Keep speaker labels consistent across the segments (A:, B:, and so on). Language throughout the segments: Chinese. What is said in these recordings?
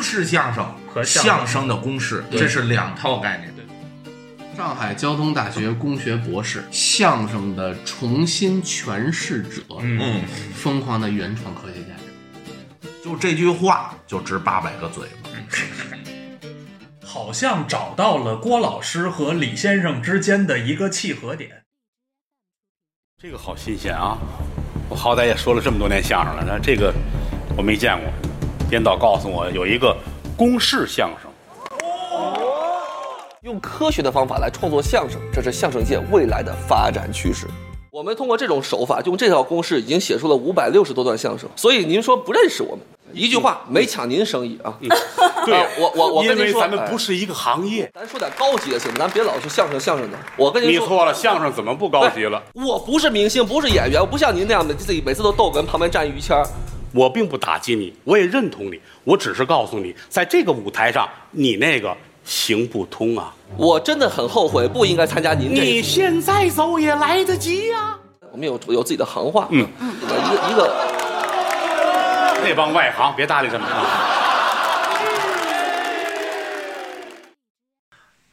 A: 式相声
B: 和
A: 相声的公式，
C: 对
A: 这是两套概念。
C: 上海交通大学工学博士，相声的重新诠释者，
B: 嗯，
A: 嗯，
C: 疯狂的原创科学家。
A: 就这句话就值八百个嘴巴。
B: 好像找到了郭老师和李先生之间的一个契合点。
D: 这个好新鲜啊！我好歹也说了这么多年相声了，但这个我没见过。编导告诉我有一个公式相声，
E: 用科学的方法来创作相声，这是相声界未来的发展趋势。我们通过这种手法，用这套公式，已经写出了五百六十多段相声。所以您说不认识我们，一句话
D: 嗯
E: 没抢您生意啊！
D: 对
E: 啊我我我
D: 因
E: 跟
D: 为
E: 您说，
D: 咱们不
E: 是，
D: 是一个行业。
E: 咱说点高级的行吗？咱别老是相声相声的。我跟您
D: 你
E: 说，哎
D: 错了，相声怎么不高级了？
E: 我不是明星，不是演员，我不像您那样的自己每次都逗哏，旁边站于谦儿
D: 我并不打击你，我也认同你，我只是告诉你，在这个舞台上，你那个行不通啊！
E: 我真的很后悔，不应该参加您这一
D: 你
E: 次。
D: 现在走也来得及啊呀、
E: 我们有有自己的行话，
D: 嗯
E: 嗯，一个一个
D: 那帮外行别搭理他们啊！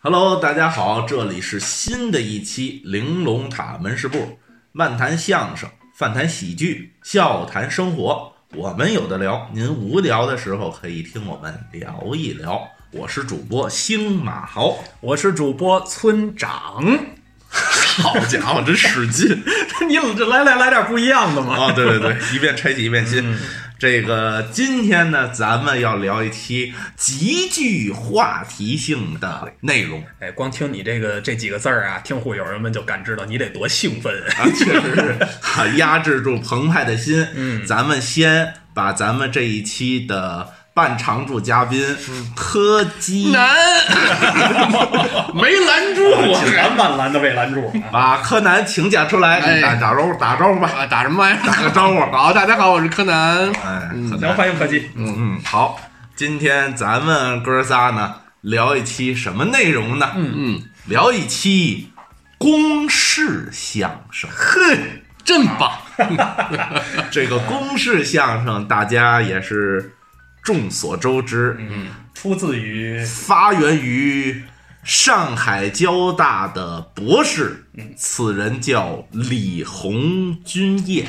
A: Hello，大家好，这里是新的一期玲珑塔门市部，漫谈相声，饭谈喜剧，笑谈生活，我们有的聊。您无聊的时候可以听我们聊一聊。我是主播星马豪，
B: 我是主播村长，
A: 好家伙，真使劲！
B: 你这来来来点不一样的嘛？
A: 啊、嗯对对对，一遍拆解一遍新。这个今天呢，咱们要聊一期极具话题性的内容
B: 哎，光听你这个这几个字儿啊，听户友们就感知到你得多兴奋。
A: 啊，确实是啊，压制住澎湃的心。嗯，咱们先把咱们这一期的半常驻嘉宾柯基
C: 难，没拦住
B: 我 拦万拦都被拦住了。
A: 把柯南请假出来，
C: 哎
A: 给打打招呼，打招呼吧，
C: 啊！打什么玩意
A: 打
C: 儿？
A: 个招呼。
C: 好，大家好，我是柯南。
A: 哎，柯
B: 行，
A: 南，
B: 欢迎科技。
A: 嗯嗯，好，今天咱们哥仨呢聊一期什么内容呢？嗯嗯，聊一期公式相声。
C: 哼，真棒！
A: 这个公式相声大家也是众所周知，嗯，
B: 出自于
A: 发源于上海交大的博士，此人叫李洪君业，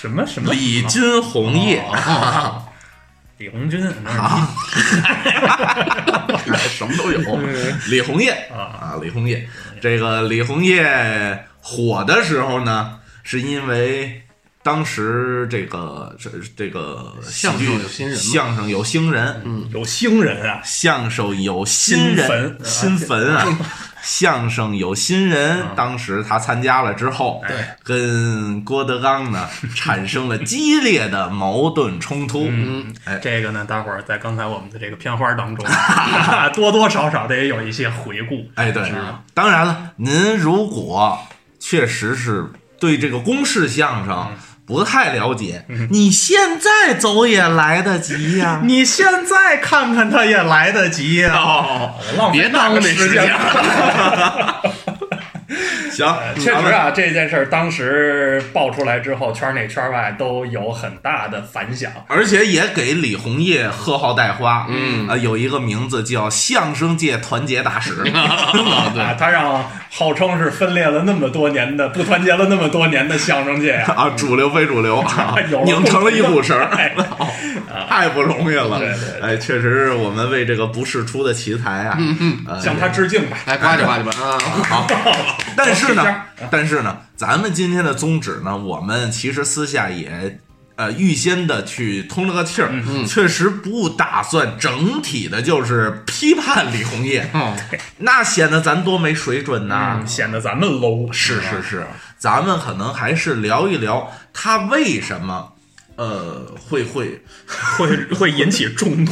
B: 什么什么
A: 李君洪业，
B: 李红军嗯啊
A: 什么 都有。李红叶啊，李红叶，这个李红叶火的时候呢，是因为当时这个这这个喜剧
C: 相声有新人嘛嗯
A: 相声有新人，
B: 有星人啊，
A: 相声有新人，
B: 新
A: 新坟啊， 相声有新人。当时他参加了之后，
B: 对
A: 跟郭德纲呢产生了激烈的矛盾冲突。嗯，哎，
B: 这个呢，待会儿在刚才我们的这个片花当中， 多多少少得有一些回顾。。
A: 哎，对，当然了，您如果确实是对这个公式相声不太了解，你现在走也来得及呀
B: 你现在看看他也来得及呀、
A: 哦，
B: 我浪费
C: 别耽误
B: 大
C: 那
B: 量时
C: 时
B: 间
C: 间
B: 了。
A: 行，
B: 确
A: 咱
B: 实
A: 们
B: 啊，这件事儿当时爆出来之后，圈内圈外都有很大的反响。
A: 而且也给李红叶贺号带花，嗯啊、有一个名字叫相声界团结大使，
C: 啊，对，
B: 啊，他让号称是分裂了那么多年的、不团结了那么多年的相声界啊，
A: 啊，主流非主流，啊
B: 有 了
A: 拧成了一股绳儿，
B: 哎
A: 太不容易了
B: 对对。嗯
A: 哎，确实，我们为这个不世出的奇才啊，呃
B: 向他致敬吧。
C: 来呱唧呱唧吧啊！
A: 好，但是
B: 我
A: 呢
B: 试一下，
A: 但是呢，咱们今天的宗旨呢，我们其实私下也。呃，预先的去通了个气儿，确实不打算整体的，就是批判李红叶，
C: 嗯，
A: 那显得咱多没水准呐、
B: 啊，显得咱们 low
A: 是是是，咱们可能还是聊一聊他为什么，呃，会会
B: 会会引起众怒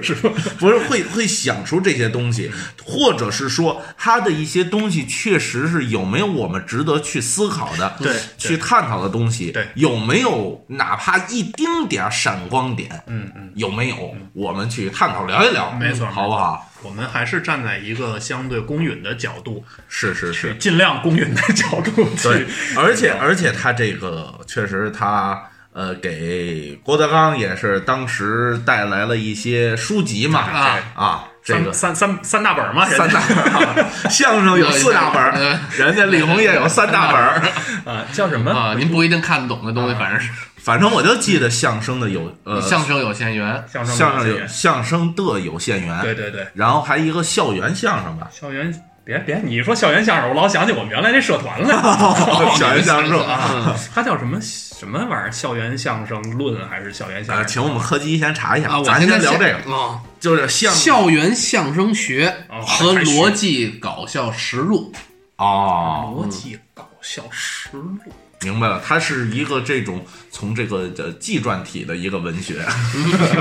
B: 是吧？
A: 不是会会想出这些东西，或者是说他的一些东西确实是有没有我们值得去思考的，
B: 对对
A: 去探讨的东西，
B: 对
A: 有没有哪怕一丁点儿闪光点，嗯嗯，有没有我们去探讨聊一聊，
F: 没错
A: 好不好？
F: 我们还是站在一个相对公允的角度，
A: 是是 是，
B: 尽量公允的角度
A: 对
B: 去，
A: 而且而且他这个确实他呃，给郭德纲也是当时带来了一些书籍嘛，
G: 啊
A: 啊，这个
G: 三三三三大本嘛，人
A: 三大
G: 家
A: 本儿，啊相声有四大本儿
C: 呃，
A: 人家李红叶有三大本儿。
B: 啊， 叫什么？
C: 啊，您不一定看得懂的东西，反正是
A: 反正我就记得相声的有呃，
C: 相声有限元，
G: 相声
A: 相声
G: 的
A: 有相声的有限
G: 对
A: 元，
G: 对对，
A: 然后还一个校园相声吧，
G: 校园
B: 别别，你一说校园相声，我老想起我们原来那社团了，
A: 校园相声啊。
C: 啊，
B: 它叫什么什么玩意儿？校园相声论啊还是校园相
A: 呃，
B: 声？
A: 请我们柯基先查一下，
C: 啊我
A: 咱
C: 现在
A: 先聊
C: 想
A: 这个，
C: 啊，
A: 就是相
C: 校园相声学
B: 哦
C: 和
B: 还是
C: 逻辑搞笑实录，
A: 哦，
B: 逻辑搞笑实录，啊
A: 明白了，它是一个这种从这个呃纪传体的一个文 学，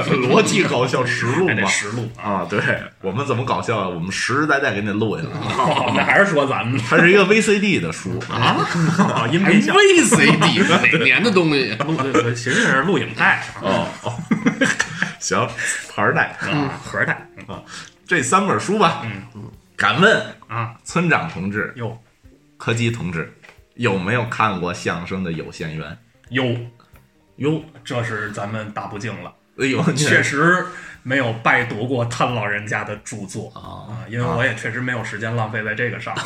A: 逻辑搞笑实录
B: 还得
A: 嘛。
B: 实录。
A: 啊，对我们怎么搞笑啊？我们实实在在给你录下来，啊
B: 哦，那还是说咱们
A: 它是一个 VCD 的书 啊，
B: 啊，音
C: 还
B: 频相
C: VCD 哪年的东西？
B: 录对对，其实是录影带
A: 哦，哦行，牌儿带
B: 啊，盒带
A: 这三本书吧，嗯，敢问
B: 啊，
A: 村长同志、
B: 有
A: 柯基同志，有没有看过相声的《有限缘
B: 有，》？
A: 哟，
B: 这是咱们大不敬了。
A: 哎 呦，你
B: 确实没有拜读过ท่าน老人家的著作啊，因为我也确实没有时间浪费在这 个上面。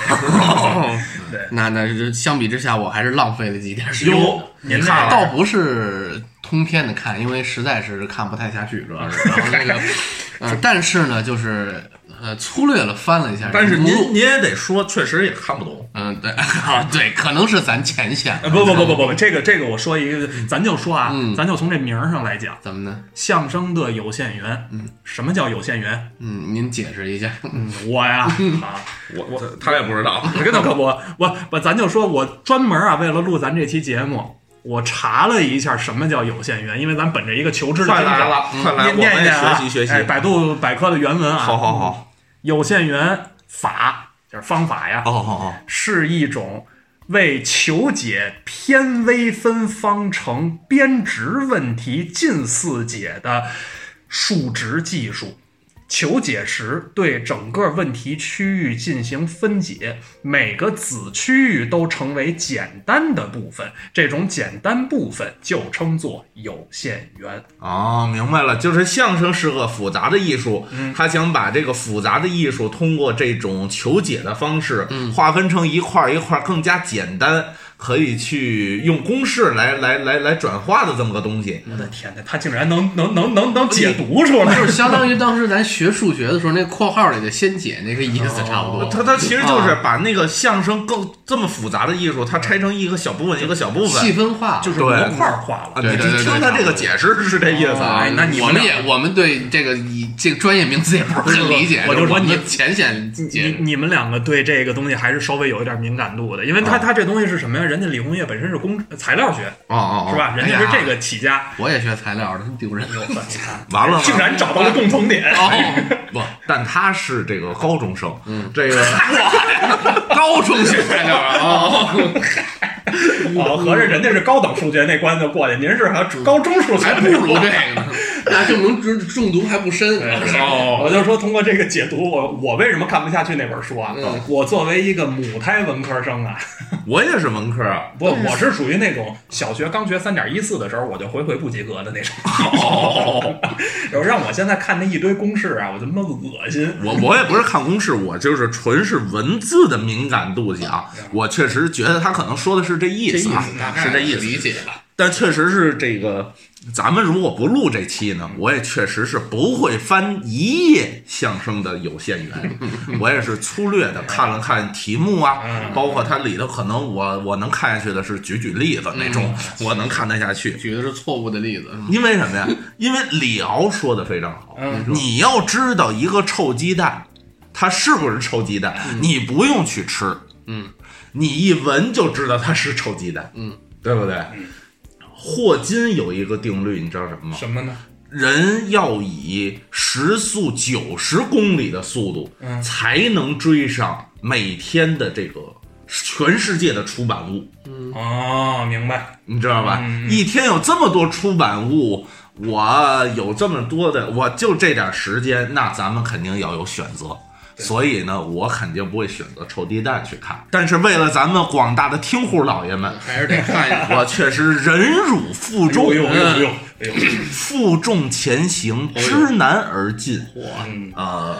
B: 对，
C: 那那是相比之下，我还是浪费了几点时间的。
B: 有您
A: 你
B: 那
A: 看
C: 倒不是通篇的看，因为实在是看不太下去，主要 是。然后那个，呃，但是呢，就是呃，粗略了翻了一下这个目
A: 但是
C: 录，
A: 您您也得说，确实也看不懂。
C: 嗯，对 啊，对，可能是咱前线
B: 呃。不不不不不，不，这个这个我说一个，
A: 嗯
B: 咱就说啊，咱就从这名儿上来讲，
C: 怎么呢？
B: 相声的有限元。嗯，什么叫有限元？
C: 嗯，您解释一下。
A: 嗯
B: 我 呀，啊，
A: 我我他也不知 道，
B: 我跟他可不，我我咱就说，我专门啊，为了录咱这期节目，我查了一下什么叫有限元，因为咱本着一个求知的 精
A: 快
B: 神，
A: 来了，快来，
B: 念
A: 我们
B: 念一
A: 也
B: 念啊
A: 学习学习
B: 哎。百度百科的原文啊，
A: 好好好，
B: 有限元法就是方法呀，
C: 哦
A: 好好好，
B: 是一种为求解偏微分方程编值问题近似解的数值技术。求解时对整个问题区域进行分解，每个子区域都成为简单的部分，这种简单部分就称作有限元。
A: 哦，明白了，就是相声是个复杂的艺术，
C: 嗯
A: 他想把这个复杂的艺术通过这种求解的方式，
C: 嗯
A: 划分成一块儿一块儿更加简单，可以去用公式来来来来转化的这么个东西。
C: 嗯
B: 我的天哪，他竟然能能能能能解读出来！
C: 就是相当于当时咱学数学的时候，那括号里的先解那个意思差不多。
B: 哦
A: 他他其实就是把那个相声更这么复杂的艺术，它拆成一个小部分一个小部
C: 细
A: 分。
C: 分化了，
B: 就是
A: 对
B: 模块化了
A: 啊，。你
C: 对对对
A: 你
C: 对
A: 听他这个解释是这意思啊
B: 哎？那你们
C: 我们
B: 俩
C: 也我们对这个以这个专业名词也不是很理解，
B: 我就说你
C: 们浅显
B: 你
C: 解释。
B: 你们两个对这个东西还是稍微有一点敏感度的，因为他他这东西是什么呀？人家李红叶本身是工材料学
A: 哦哦哦
B: 是吧？人家
C: 哎
B: 是
C: 呀
B: 这个哦起家，
C: 我也学材料的，丢人。
A: 完了吗？ 哎
B: 竟然找到了共同点。
C: 哦，
A: 不，但他是这个高中生，嗯， 这个
C: 高中学材料啊，哦
B: 哦，合着人家是高等数学那关就过去，您是还高中数学
C: 还不如 这个呢，那证明中中毒还不深。
B: 哎
C: 啊
B: 我就说通过这个解读，我我为什么看不下去那本书啊？
C: 嗯
B: 我作为一个母胎文科生啊，
A: 我也是文科啊，
B: 不，我是属于那种小学刚学三点一四的时候，我就回回不及格的那种。然后让我现在看那一堆公式啊，我就他妈恶心。
A: 我我也不是看公式，我就是纯是文字的敏感度讲，我确实觉得他可能说的是这意思啊，是这意思，
C: 哎理解了。
A: 但确实是这个，咱们如果不录这期呢，我也确实是不会翻一页相声的有限 元，我也是粗略的看了看题目啊，包括它里头可能我我能看下去的是举举例子那种，我能看得下去。
C: 举的是错误的例子，嗯
A: 因为什么呀？ 因为李敖说的非常好，你要知道一个臭鸡蛋，它是不是臭鸡蛋，你不用去吃，
C: 嗯，
A: 你一闻就知道它是臭鸡蛋，
C: 嗯，
A: 对不对？霍金有一个定律，你知道什么吗？
B: 什么呢？
A: 人要以时速九十公里的速度，
C: 嗯
A: 才能追上每天的这个全世界的出版物。
B: 哦，明白。
A: 你知道吧？
B: 嗯
A: 一天有这么多出版物，我有这么多的，我就这点时间，那咱们肯定要有选择。所以呢，我肯定不会选择臭鸡蛋去看。但是为了咱们广大的听户老爷们，
C: 还是得看一下。
A: 我确实忍辱负重
B: 呦，呦呦呦哎呦，
A: 负重前行，知难而进。啊，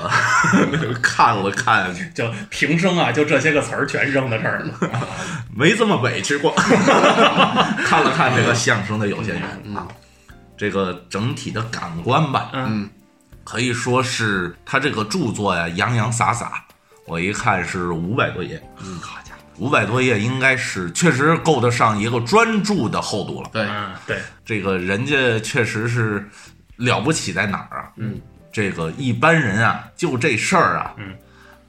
A: 看了看，
B: 就平生啊，就这些个词儿全扔到这儿了。
A: 没这么委屈 过。看了看这个相声的有些人啊，这个整体的感官吧，
B: 嗯，
A: 可以说是他这个著作呀，洋洋洒洒。我一看是五百多页，嗯，好家伙，五百多页应该是确实够得上一个专著的厚度了。
C: 对，
B: 嗯，对，
A: 这个人家确实是了不起在哪儿啊？嗯，这个一般人啊，就这事儿啊，嗯，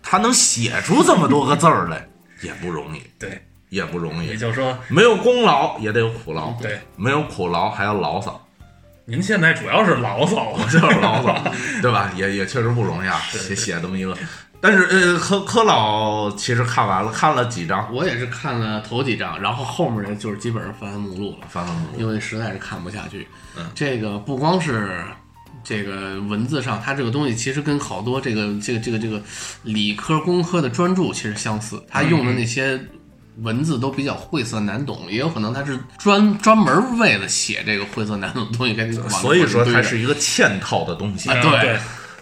A: 他能写出这么多个字儿来，也不容易，
B: 对，
A: 也不容
B: 也
A: 易。
B: 就是说，
A: 没有功劳也得有苦
C: 嗯
A: 劳，
B: 对，
A: 没有苦劳还要牢骚，
B: 您现在主要是牢骚啊，
A: 就是牢 骚，对吧？也也确实不容易啊，写写这么一个。但是呃，柯柯老其实看完了，看了几章，
C: 我也是看了头几章，然后后面的就是基本上翻翻目录了，
A: 翻了目录，
C: 因为实在是看不下去。嗯，这个不光是这个文字上，它这个东西其实跟好多这个这个这个这个理科工科的专著其实相似，
A: 嗯
C: 它用的那些文字都比较晦涩难懂，也有可能它是专专门为了写这个晦涩难懂的东西给你往那
A: 所以说
C: 堆
A: 它
C: 着
A: 是一个嵌套的东西。
C: 啊
B: 嗯
C: 对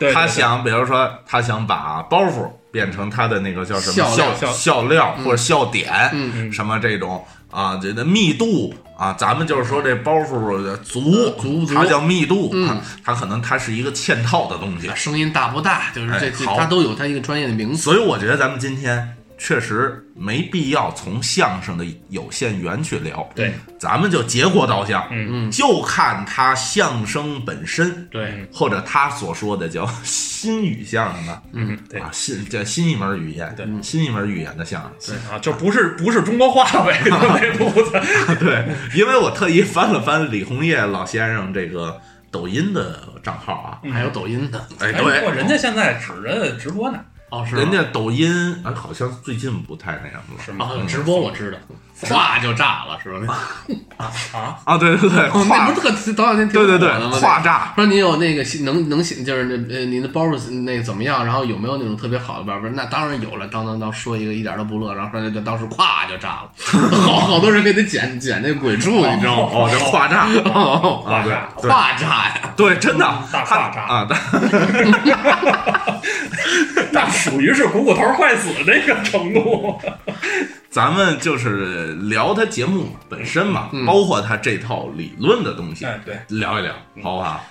B: 对，对
A: 他
B: 对
A: 想，比如说，他想把包袱变成他的那个叫什么
C: 笑
A: 笑
C: 料嗯
A: 笑料或者笑点，什么这种啊，这的密度啊，咱们就是说这包袱足
C: 足不嗯足
A: 它叫密度，啊它可能它是一个嵌套的东西，
C: 声音大不大，就是这
A: 哎
C: 这
A: 好
C: 它都有它一个专业的名词。
A: 所以我觉得咱们今天。确实没必要从相声的有限元去聊，
B: 对，
A: 咱们就结果导向，嗯，就看他相声本身，
B: 对，嗯
A: 或者他所说的叫新语相声啊，嗯，
B: 对
A: 啊，新叫新一门语言，对，新一门语言的相声，
B: 啊，就不是不是中国话呗，就那路子，
A: 对，因为我特意翻了翻李洪业老先生这个抖音的账号啊，
C: 还有抖音的，
A: 哎，
B: 哎不过
A: 对，
B: 人家现在指着直播呢，
C: 哦，是吗
A: 人家抖音哎，好像最近不太那什么了，是
C: 啊，直播我知道，
A: 嗯
C: 咵就炸了，是吧？
A: 啊，对对对，
C: 哦，那
A: 跨
C: 不，是特早两天挺
A: 对
C: 火
A: 对
C: 的吗？
A: 对，跨炸，
C: 说你有那个能能写，就是那呃您的包袱那个怎么样？然后有没有那种特别好的办法？那当然有了，当当当说一个一点都不乐，然后说就当时咵就炸了，好好多人给他剪剪那鬼畜，你知道吗？
A: 哦，这跨炸，
C: 哦，
A: 对对
C: 咵炸呀！
A: 对，真的，他
B: 大跨炸
A: 啊，大
B: 那属于是股骨头坏死那个 程度。
A: 咱们就是聊他节目本身嘛，包括他这套理论的东西，
H: 嗯
B: 哎对，
A: 聊一聊，好不好？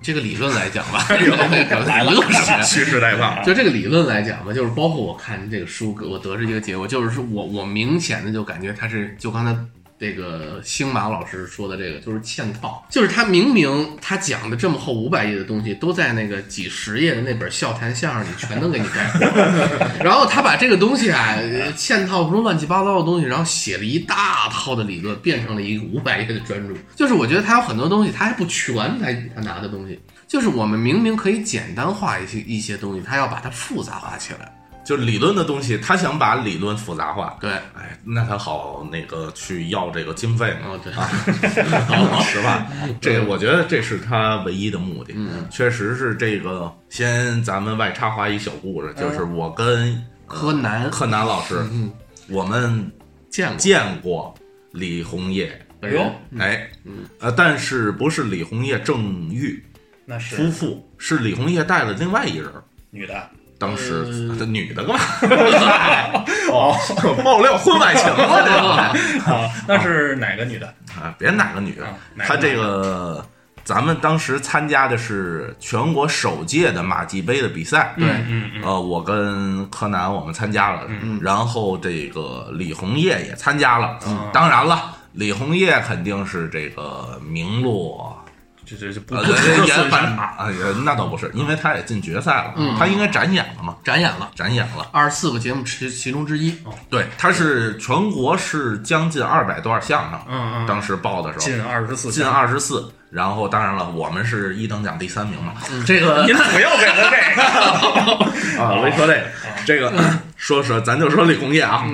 C: 这个理论来讲吧，理论学。
A: 蓄势待发。
C: 就这个理论来讲吧，就是包括我看这个书，给我得出一个结果，就是说我我明显的就感觉他是就刚才这个星马老师说的这个，就是嵌套，就是他明明他讲的这么厚五百页的东西，都在那个几十页的那本《笑谈相声》里全都给你概括了， 然后他把这个东西啊呃嵌套成乱七八糟的东西，然后写了一大套的理论，变成了一个五百页的专著。就是我觉得他有很多东西他还不全，他他拿的东西。就是我们明明可以简单化一些一些东西，它要把它复杂化起来。
A: 就理论的东西，他想把理论复杂化，
C: 对，
A: 哎，那他好那个去要这个经费嘛，
C: 哦对，
A: 是吧？这我觉得这是他唯一的目的。确实是这个，先咱们外插话一小故事，就是我跟
C: 柯南
A: 柯南老师，我们
C: 见过
A: 嗯见过李红叶，
C: 本人，
A: 哎，呃，但是不是李红叶正玉
B: 那
A: 夫
B: 是
A: 妇，是李红叶带了另外一人儿。
B: 女的，
A: 当时这女的干嘛？ 哦，爆料婚外情了，这个
H: 哦
B: 啊，那是哪个女的？
A: 啊，别哪个女的
B: 啊，哪个
A: 她这个咱们当时参加的是全国首届的马季杯的比赛，对，呃，我跟柯南我们参加了，
B: 嗯
A: 然后这个李红叶也参加了，
B: 嗯
A: 当然了，李红叶肯定是这个名落。
B: 这这这不
A: 呃
B: 不是
A: 也
B: 孙
A: 反正
B: 山嗯
A: 啊，也那倒不是，因为他也进决赛了，他应该展演了嘛，
C: 展演了
A: 展演了。
C: 二十四个节目其其中之一，
A: 对，他是全国是将近二百段相声，
B: 嗯嗯
A: 当时报的时候
B: 进二十四
A: 进二十四，然后当然了，我们是一等奖第三名嘛，
C: 嗯
A: 这个
B: 您不要为了这个，
A: 啊，没说这个，这个说说，咱就说李红叶啊。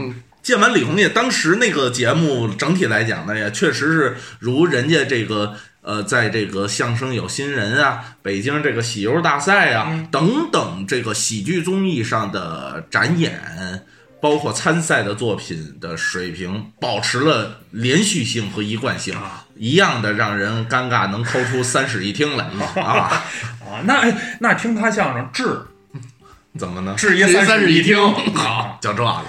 A: 见完李红叶，当时那个节目整体来讲呢，也确实是如人家这个。呃，在这个相声有新人啊，北京这个喜游大赛啊、等等这个喜剧综艺上的展演，包括参赛的作品的水平，保持了连续性和一贯性，一样的让人尴尬，能抠出三室一厅来 啊？
H: 啊，那哎那听他相声治
A: 怎么呢？
H: 治
C: 这
H: 爷
C: 是
H: 三
C: 三室一
H: 厅
C: 厅，
H: 啊，
A: 讲这 个，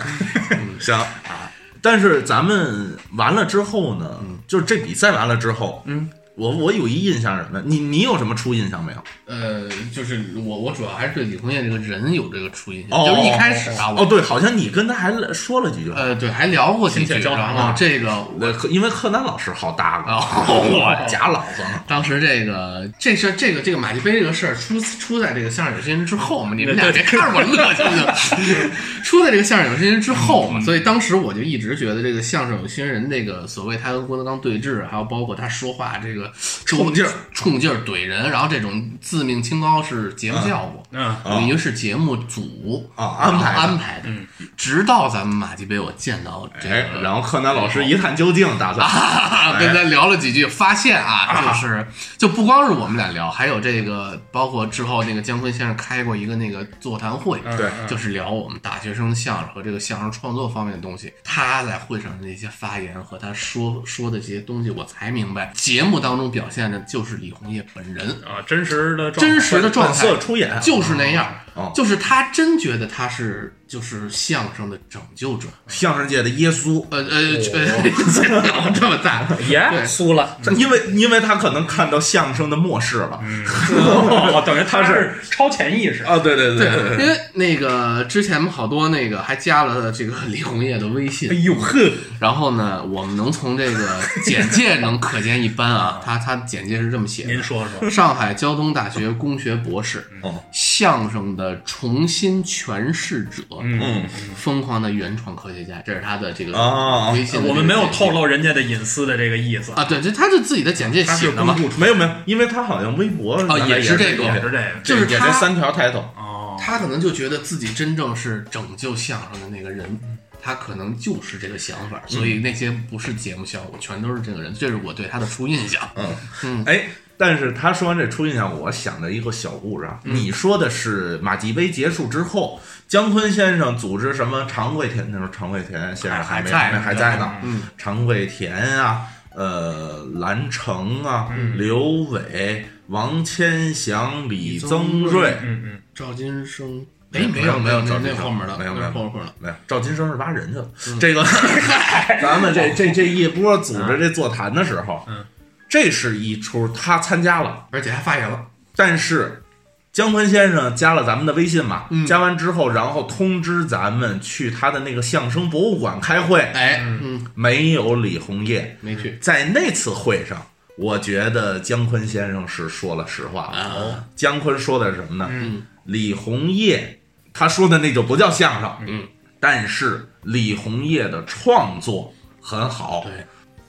A: 行啊。但是咱们完了之后呢，就是这比赛完了之后，
H: 嗯，
A: 我我有一印象是什么？你你有什么初印象没有？
C: 呃，就是我我主要还是对李红艳这个人有这个初印象，
A: 哦
C: 就是一开始啊，
A: 哦，
C: 我
A: 对，好像你跟他还说了几句话。
C: 呃对还聊过几句，
H: 浅交谈
C: 然
H: 嘛
C: 后这个
A: 那可因为柯南老师好搭个，
C: 哦
A: 假老子呢
C: 当时这个这事儿这个这个马季杯这个事儿出出在这个相声有些人之后嘛，你 们俩别看着我乐 行不行？出在这个相声有些人之后嘛，所以当时我就一直觉得这个相声有些人这个所谓他跟郭德纲对峙，还有包括他说话这个冲劲儿、冲劲儿怼人，然后这种自命清高是节目效果，
H: 嗯
A: 啊
C: 等于是节目组
A: 啊安排的
C: 安排的。直到咱们马季杯，我见到这
A: 哎，
C: 个
A: 然后柯南老师一探究竟，打算
C: 啊， 跟
A: 哎
C: 他聊了几句，发现啊，就是就不光是我们俩聊，还有这个包括之后那个姜昆先生开过一个那个座谈会，
A: 嗯对
C: 就是聊我们大学生相声和这个相声创作方面的东西。他在会上的那些发言和他说说的这些东西，我才明白，节目当中表现的就是李红叶本人
H: 啊，真实的状态
C: 真实的状
A: 本
C: 态
A: 色，出演，
C: 就是那样
A: 哦，
C: 就是他真觉得他是就是相声的拯救者。
A: 相声界的耶稣。
C: 呃呃
A: 哦
C: 呃， 这么大，
H: 爷酥 了，
A: 因为因为他可能看到相声的末世了
H: 哦等于他是超前意识，哎
A: 啊，对对对
C: 对，因为那个之前好多那个还加了这个李红叶的微
H: 哎
C: 信，
H: 呦呵，
C: 然后呢，我们能从这个简介能可见一 斑啊。他他简介是这么写的：
H: 您说 说，
C: 上海交通大学工学博士，
H: 嗯
A: 哦
C: 相声的重新诠释者，
H: 嗯，
C: 疯狂的原创科学家，这是他的这个
A: 啊
C: 微信的这个简介。
H: 我们没有透露人家的隐私的这个意思，
C: 啊，对，这他是自己的简介
H: 他是
C: 写的
H: 公
C: 嘛，
H: 布
A: 没有没有，因为他好像微博
C: 哦也是这个
H: 也是这个
C: 就是
A: 也
C: 他
A: 这三条 title
H: 哦，
C: 他可能就觉得自己真正是拯救相声的那个人，他可能就是这个想法，所以那些不是节目效果，全都是这个人，这是我对他的初印象。
A: 哎，但是他说完这初印象，我想着一个小故事啊。你说的是马季杯结束之后，姜昆先生组织什么常贵田？那时候常贵田先生
C: 还
A: 没
C: 还在
A: 哎还
C: 呢
A: 还在呢。
C: 嗯，
A: 常贵田啊，呃，蓝城啊，刘伟、王千祥、李增瑞，
H: 嗯嗯，
C: 赵金生，
A: 没
C: 哎，
A: 有
C: 没有
A: 没有
C: 那
A: 赵
C: 那
A: 金生
C: 后面的，
A: 没有
C: 那
A: 没有
C: 后面的。
A: 没有，赵金生是挖人去了。这个，咱们这这这一波组织这座谈的时候，
H: 嗯
A: 这是一出他参加了。
C: 而且还发言了，
A: 但是姜昆先生加了咱们的微信嘛，
C: 嗯
A: 加完之后，然后通知咱们去他的那个相声博物馆开会，
C: 哎，嗯，
A: 没有李红叶。
C: 没去，
A: 在那次会上，我觉得姜昆先生是说了实话的。
C: 啊
A: 姜昆说的是什么呢？
C: 嗯
A: 李红叶他说的那就不叫相声，
C: 嗯，
A: 但是李红叶的创作很好，
C: 对，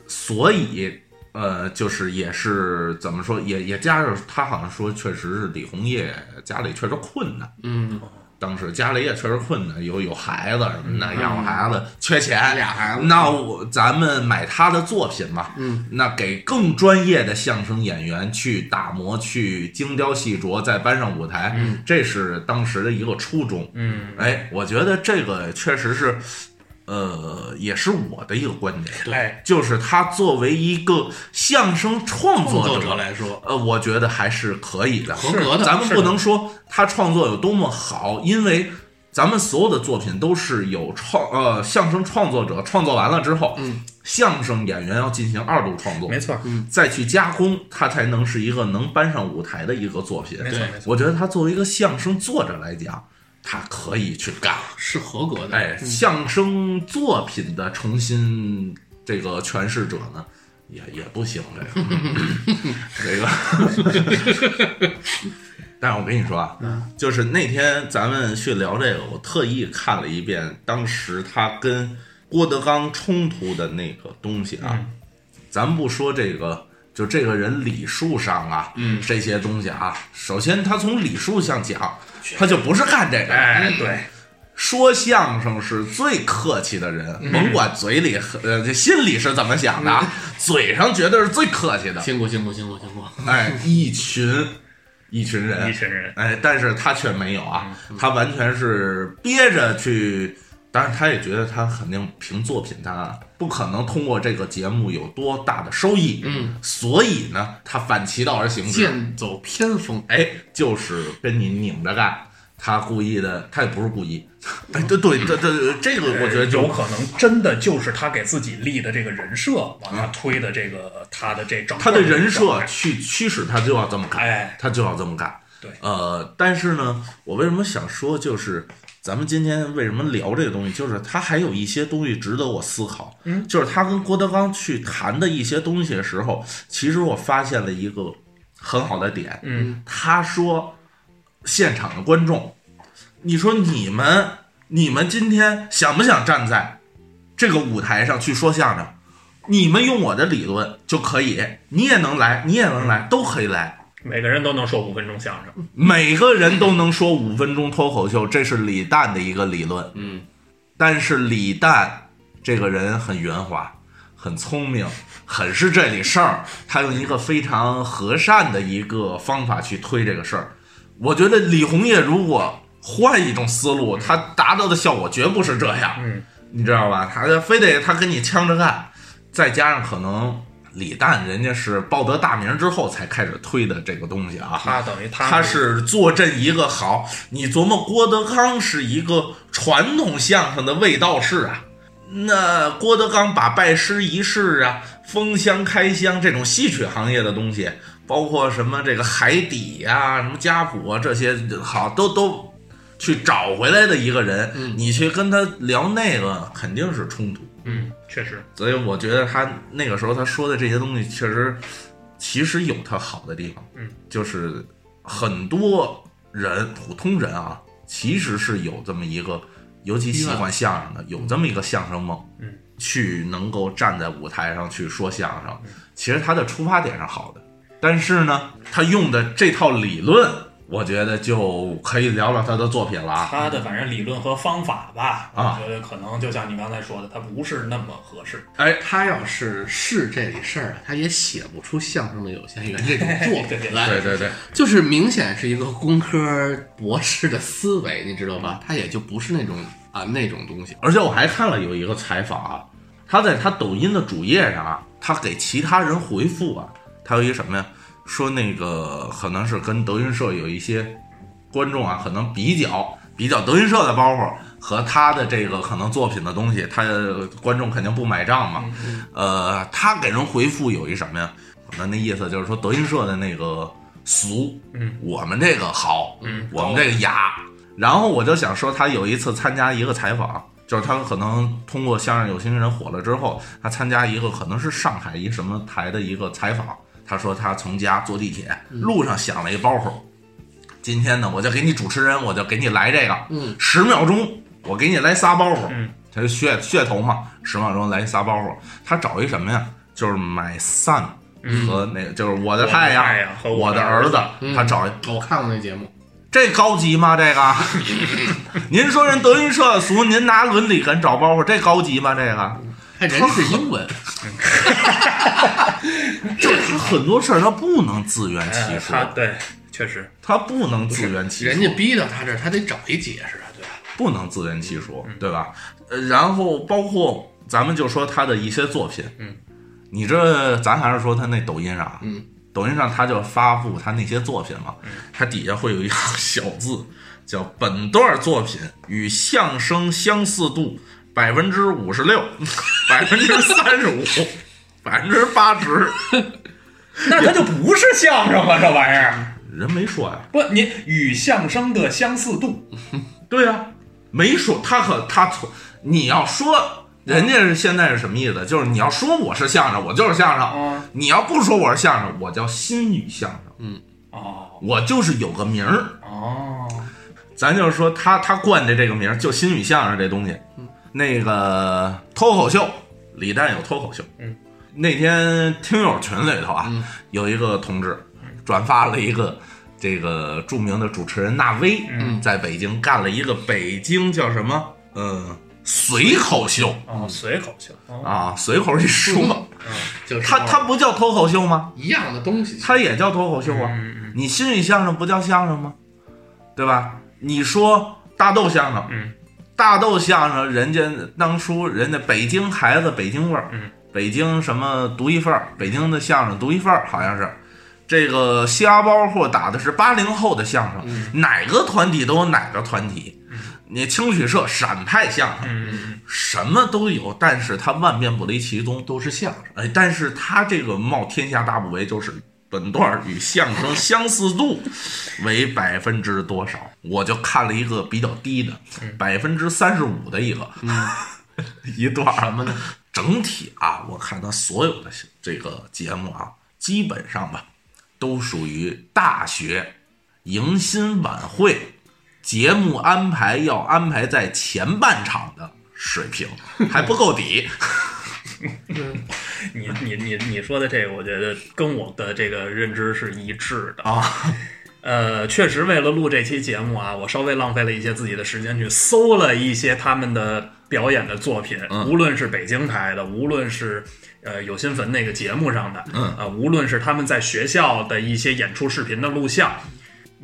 A: 所以呃，就是也是怎么说，也也加上他好像说，确实是李红叶家里确实困难，
C: 嗯，
A: 当时家里也确实困难，有有孩子什么的，养活孩子缺钱，
C: 俩孩子
A: 那我咱们买他的作品嘛，
C: 嗯，
A: 那给更专业的相声演员去打磨、去精雕细琢，再搬上舞台，嗯，这是当时的一个初衷，嗯，哎，我觉得这个确实是，呃，也是我的一个观点，
H: 哎，
A: 就是他作为一个相声创
C: 创
A: 作
C: 作者来说，
A: 呃，我觉得还是可以的，
C: 合格的
A: 咱们
C: 是
A: 不能说他创作有多么好，因为咱们所有的作品都是有创呃相声创作者创作完了之后，
C: 嗯，
A: 相声演员要进行二度创作，
H: 嗯没错，
A: 再去加工，它才能是一个能搬上舞台的一个作品。
H: 没错
C: 对
H: 没错，
A: 我觉得他作为一个相声作者来讲，他可以去干。
C: 是合格的，
A: 哎，相声作品的重新这个诠释者呢，也也不行，这个这个。 但是我跟你说啊，就是那天咱们去聊这个，我特意看了一遍当时他跟郭德纲冲突的那个东西啊，咱不说这个。就这个人礼数上啊，嗯，这些东西啊，首先他从礼数上讲，他就不是干这个的，
H: 哎对，
A: 说相声是最客气的人，甭管嘴里呃这心里是怎么想的，啊，嘴上绝对是最客气的。
C: 辛苦辛苦辛苦辛苦，
A: 哎，一群一群人，
B: 一群人
A: 哎，但是他却没有啊，他完全是憋着去。当然，他也觉得他肯定凭作品，他不可能通过这个节目有多大的收益。嗯，所以呢，他反其道而行之，
C: 剑走偏锋，
A: 哎，就是跟你拧着干。他故意的，他也不是故意。哎，对对对对，这个我觉得就
B: 有可能真的就是他给自己立的这个人设，往下推的这个他的这整个
A: 他的人
B: 这个
A: 设
B: 状态
A: 去驱使他就要这么干，
B: 哎
A: 他就要这么干。
B: 对
A: 呃，但是呢，我为什么想说，就是咱们今天为什么聊这个东西，就是他还有一些东西值得我思考。嗯，就是他跟郭德纲去谈的一些东西的时候，其实我发现了一个很好的点。嗯，他说现场的观众，你说你们，你们今天想不想站在这个舞台上去说相声？你们用我的理论就可以，你也能来，你也能来，都可以来。
B: 每个人都能说五分钟相
A: 嗯
B: 声，
A: 每个人都能说五分钟脱口秀，这是李诞的一个理论。
C: 嗯，
A: 但是李诞这个人很圆滑，很聪明，很是这里事儿。他用一个非常和善的一个方法去推这个事儿。我觉得李红叶如果换一种思路，他达到的效果绝不是这样。
B: 嗯，
A: 你知道吧？他非得他跟你呛着干，再加上可能李诞人家是报得大名之后才开始推的这个东西啊。
B: 他等于他
A: 他是坐镇一个好。你琢磨郭德纲是一个传统相声的卫道士啊，那郭德纲把拜师仪式啊、封箱开箱这种戏曲行业的东西，包括什么这个海底呀、什么家谱啊这些，好都都去找回来的一个人，你去跟他聊那个肯定是冲突。
B: 嗯，确实
A: 所以我觉得他那个时候他说的这些东西，确实其实有他好的地方，
B: 嗯，
A: 就是很多人普通人啊，其实是有这么一个，尤其喜欢相声的，有这么一个相声梦，
B: 嗯，
A: 去能够站在舞台上去说相声，
B: 嗯
A: 其实他的出发点是好的，但是呢，他用的这套理论，我觉得就可以聊聊他的作品了啊。
B: 他的反正理论和方法吧，
A: 啊
B: 我觉得可能就像你刚才说的，他不是那么合适。
A: 哎
C: 他要是是这里事儿啊，他也写不出相声的有限元这种作
B: 对对
C: 品
B: 对
C: 来。
A: 对对对，
C: 就是明显是一个工科博士的思维，你知道吧？他也就不是那种啊那种东西。
A: 而且我还看了有一个采访啊，他在他抖音的主页上啊，他给其他人回复啊，他有一什么呀？说那个可能是跟德云社有一些观众啊，可能比较比较德云社的包袱和他的这个可能作品的东西，他观众肯定不买账嘛。呃，他给人回复有一什么呀？可能那意思就是说德云社的那个俗，
B: 嗯，
A: 我们这个好，
B: 嗯
A: 我们这个雅。然后我就想说，他有一次参加一个采访，就是他可能通过《相声有新人》火了之后，他参加一个可能是上海一什么台的一个采访。他说他从家坐地铁，
B: 嗯
A: 路上想了一包袱。今天呢，我就给你主持人，我就给你来这个，
C: 嗯，
A: 十秒钟，我给你来仨包袱，
B: 嗯，
A: 他是噱噱头嘛，十秒钟来仨包袱。他找一什么呀？就是买散和那个，就是我的太阳，
B: 嗯我的太阳和
A: 我
B: 我的
A: 儿
B: 儿
A: 子
B: 子，嗯
A: 他找一
C: 我看过那节目，
A: 这高级吗？这 个，您说人德云社俗，您拿伦理跟找包袱，这高级吗？这个，
C: 哎，人家是英 文，
A: 就是他很多事儿他不能自圆其
B: 哎
A: 说，
B: 他对，确实
A: 他不能自圆其说，
C: 人家逼到他这儿，他得找一解释啊，对吧？
A: 不能自圆其说，对吧？呃，然后包括咱们就说他的一些作品，
B: 嗯，
A: 你这咱还是说他那抖音上，啊
C: 嗯，
A: 抖音上他就发布他那些作品嘛，他底下会有一行小字，叫本段作品与相声相似度百分之五十六、百分之三十五、百分之八十，
B: 那他就不是相声了，这玩意儿
A: 人没说呀、
B: 不，你与相声的相似度，
A: 对呀、没说他可他从你要说人家是现在是什么意思？就是你要说我是相声，我就是相声；
B: 嗯
A: 你要不说我是相声，我叫新语相声，
B: 哦
A: 我就是有个名儿。
B: 哦，
A: 咱就是说他他惯着这个名儿，就新语相声这东西。那个脱口秀，李诞有脱口秀。
B: 嗯，
A: 嗯那天听友群里头啊，有一个同志转发了一个这个著名的主持人纳威，在北京干了一个北京叫什么？嗯，随口秀嗯
B: 哦，随口秀，哦
A: 啊，随口一说，
C: 就是
A: 他他不叫脱口秀吗？
C: 一样的东西，
A: 他也叫脱口秀啊。
B: 嗯
A: 你新语相声不叫相声吗？对吧？你说大豆相声，
B: 嗯，
A: 大豆相声，人家当初人家北京孩子，北京味儿，
B: 嗯，
A: 北京什么独一份儿，北京的相声独一份儿，好像是。这个瞎包括打的是八零后的相声，哪个团体都有哪个团体。你清曲社、陕派相声，
B: 嗯，
A: 什么都有，但是它万变不离其宗，
C: 都是相声。
A: 哎，但是他这个冒天下大不韪，就是本段儿与相声相似度为百分之多少？我就看了一个比较低的，百分之三十五的一个、 一段儿
C: 什么呢？
A: 整体啊，我看他所有的这个节目啊，基本上吧，都属于大学迎新晚会节目安排要安排在前半场的水平，还不够底。
B: 你你你你说的这个，我觉得跟我的这个认知是一致的
A: 啊。
B: 呃，确实为了录这期节目啊，我稍微浪费了一些自己的时间去搜了一些他们的表演的作品，无论是北京台的，无论是呃有新坟那个节目上的，嗯，呃，无论是他们在学校的一些演出视频的录像，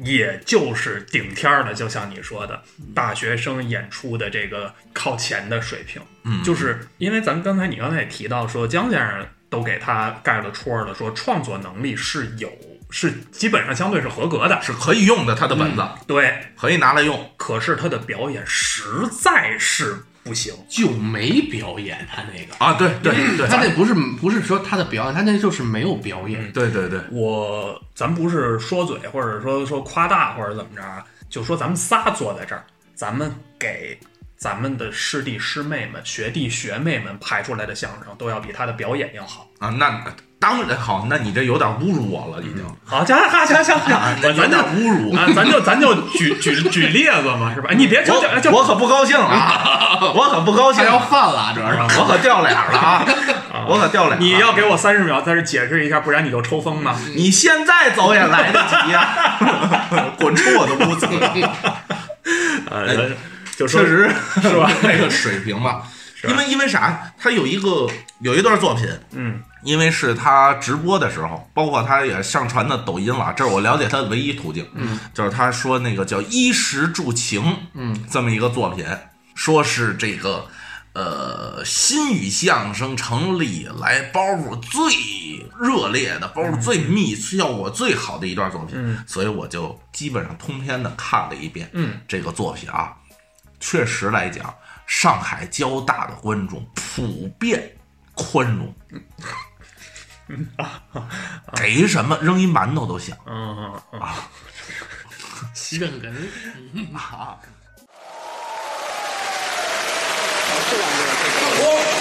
B: 也就是顶天儿的，就像你说的，大学生演出的这个靠前的水平，嗯，就是因为咱们刚才你刚才也提到说，江先生都给他盖了戳儿了，说创作能力是有，是基本上相对是合格的，
A: 是可以用的，他的本子、
B: 对，
A: 可以拿来用。
B: 可是他的表演实在是不行，
C: 就没表演，他那个，
A: 啊，对对对，
C: 他那不是不是说他的表演，他那就是没有表演。
A: 对对对，
B: 我咱不是说嘴，或者说说夸大，或者怎么着啊，就说咱们仨坐在这儿，咱们给咱们的师弟师妹们、学弟学妹们排出来的相声，都要比他的表演要好。
A: 啊，那当然好，那你这有点侮辱我了，已经。
B: 好，行行行行行，
A: 啊，
B: 我
A: 有点
B: 咱就
A: 侮辱，
B: 啊，咱就咱就举举举例子嘛，是吧？哎你别就就
A: 我
B: 就
A: 我可不高兴了啊，我可不高兴
C: 他要
A: 了，
C: 犯了，主要 是
A: 我可掉脸了啊，我可掉脸。
B: 你要给我三十秒在这解释一下，不然你就抽风了。
A: 你现在走也来得及呀，滚出我的屋子！
B: 呃，就说
A: 哎确 实
B: 是吧
A: 那个水平吧，
B: 吧
A: 因为因为啥？他有一个有一段作品，
B: 嗯，
A: 因为是他直播的时候，包括他也上传的抖音了，这是我了解他的唯一途径。嗯，就是他说那个叫“衣食住行”，嗯，这么一个作品，说是这个呃新语相声成立以来包袱最热烈的、包袱最密、效果最好的一段作品，
B: 嗯
A: 所以我就基本上通篇的看了一遍。
B: 嗯，
A: 这个作品啊，确实来讲，上海交大的观众普遍宽容。给什么扔一馒头都行。
B: 嗯嗯
C: 认根。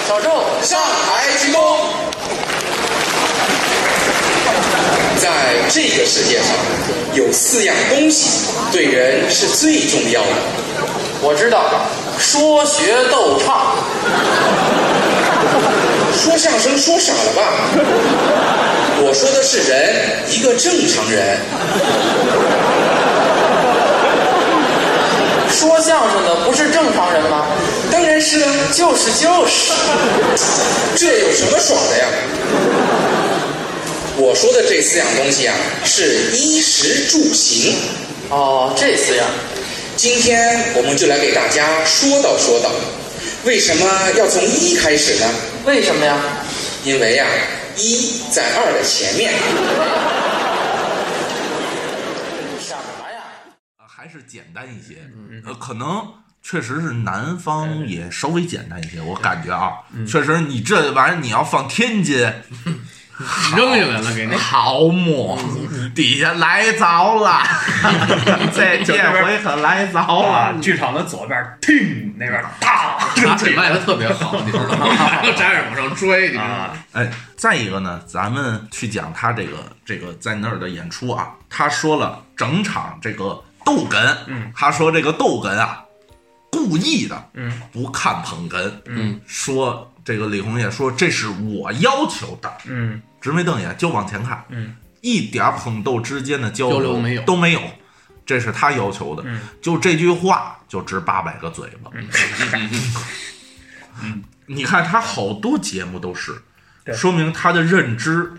I: 小郑上台鞠躬。在这个世界上，有四样东西对人是最重要的。我知道，说学逗唱，说相声说傻了吧？我说的是人，一个正常人。说相声的不是正常人吗？当然是了，就是就是，这有什么爽的呀？我说的这四样东西啊，是衣食住行。哦，这四样。今天我们就来给大家说道说道，为什么要从一开始呢？为什么呀？因为呀、一在二的前 面。什么呀？
A: 还是简单一些，呃，可能确实是南方也稍微简单一些，我感觉啊，确实你这玩意儿你要放天津，
C: 扔下来了，给 那
A: 好么，底下来着了，这这回可来着
B: 啊
A: 了，，
B: 剧场的左边听， 那边当，
C: 打 嘴卖的特别好，你知道吗？差点往上追，你知道吗？
B: 啊，
A: 哎，再一个呢，咱们去讲他这个这个在那儿的演出啊，他说了整场这个逗哏，
B: 嗯，
A: 他说这个逗哏啊，故意的，
B: 嗯，
A: 不看捧哏，
B: 嗯，
A: 说这个李红也说这是我要求的，
B: 嗯
A: 直眉瞪眼就往前看，
B: 嗯，
A: 一点儿捧逗之间的交流
C: 交流没有
A: 都没有，这是他要求的。
B: 嗯
A: 就这句话就值八百个嘴巴。
B: 嗯
A: 你看他好多节目都是，说明他的认知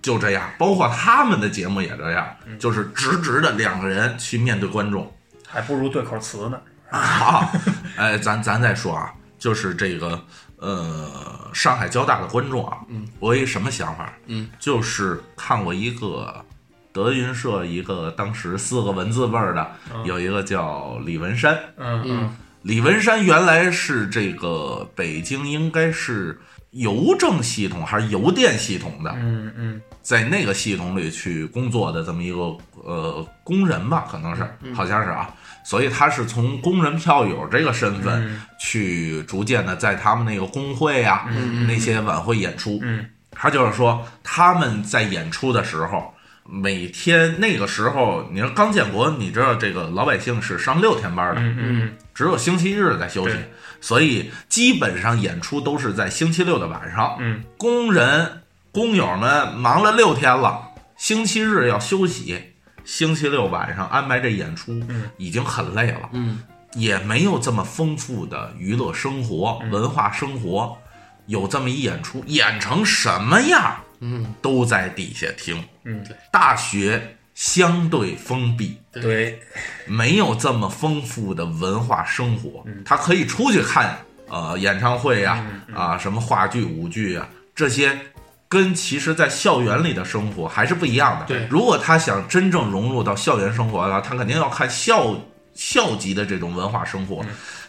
A: 就这样，包括他们的节目也这样，就是直直的两个人去面对观众。
B: 还不如对口词呢。
A: 啊， 哎，咱咱再说啊，就是这个呃，上海交大的观众啊，嗯，我有一什么想法？嗯，就是看过一个德云社一个当时四个文字辈儿的，有一个叫李文山，
B: 嗯嗯，
A: 李文山原来是这个北京应该是邮政系统还是邮电系统的，
B: 嗯嗯，
A: 在那个系统里去工作的这么一个呃工人吧，可能是
B: 嗯
A: 好像是啊，所以他是从工人票友这个身
B: 嗯
A: 份去逐渐的在他们那个工会啊那些晚会演出，
B: 嗯
A: 他就是说他们在演出的时候。每天那个时候，你说刚建国，你知道这个老百姓是上六天班的，
B: 嗯
A: 只有星期日在休息
B: 对，
A: 所以基本上演出都是在星期六的晚上。
B: 嗯，
A: 工人工友们忙了六天了，星期日要休息，星期六晚上安排这演出，已经很累了。
C: 嗯，
A: 也没有这么丰富的娱乐生活、
C: 嗯
A: 文化生活，有这么一演出，演成什么样，
C: 嗯，
A: 都在底下听。
B: 嗯，对
A: 大学相对封闭，
B: 对，
A: 没有这么丰富的文化生活，他可以出去看呃演唱会呀、啊，什么话剧、舞剧啊这些，跟其实在校园里的生活还是不一样的。
C: 对
A: 如果他想真正融入到校园生活了，他肯定要看校校级的这种文化生活。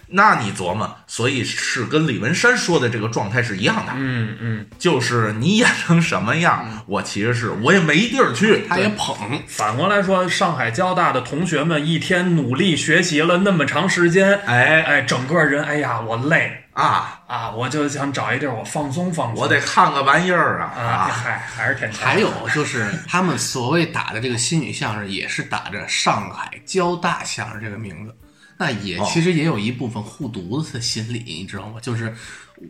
A: 那你琢磨，所以是跟李文山说的这个状态是一样的，
B: 嗯嗯，
A: 就是你演成什么样，我其实是我也没地儿去，
C: 他也捧，
B: 反过来说，上海交大的同学们一天努力学习了那么长时间，
A: 哎
B: 哎，整个人，哎呀，我累
A: 啊，
B: 啊，我就想找一地儿我放松放松。
A: 我得看个玩意儿啊
B: 啊，嗨，还是天才。
C: 还有就是他们所谓打的这个新语相声，也是打着上海交大相声这个名字。那也其实也有一部分护犊子的心理，你知道吗？就是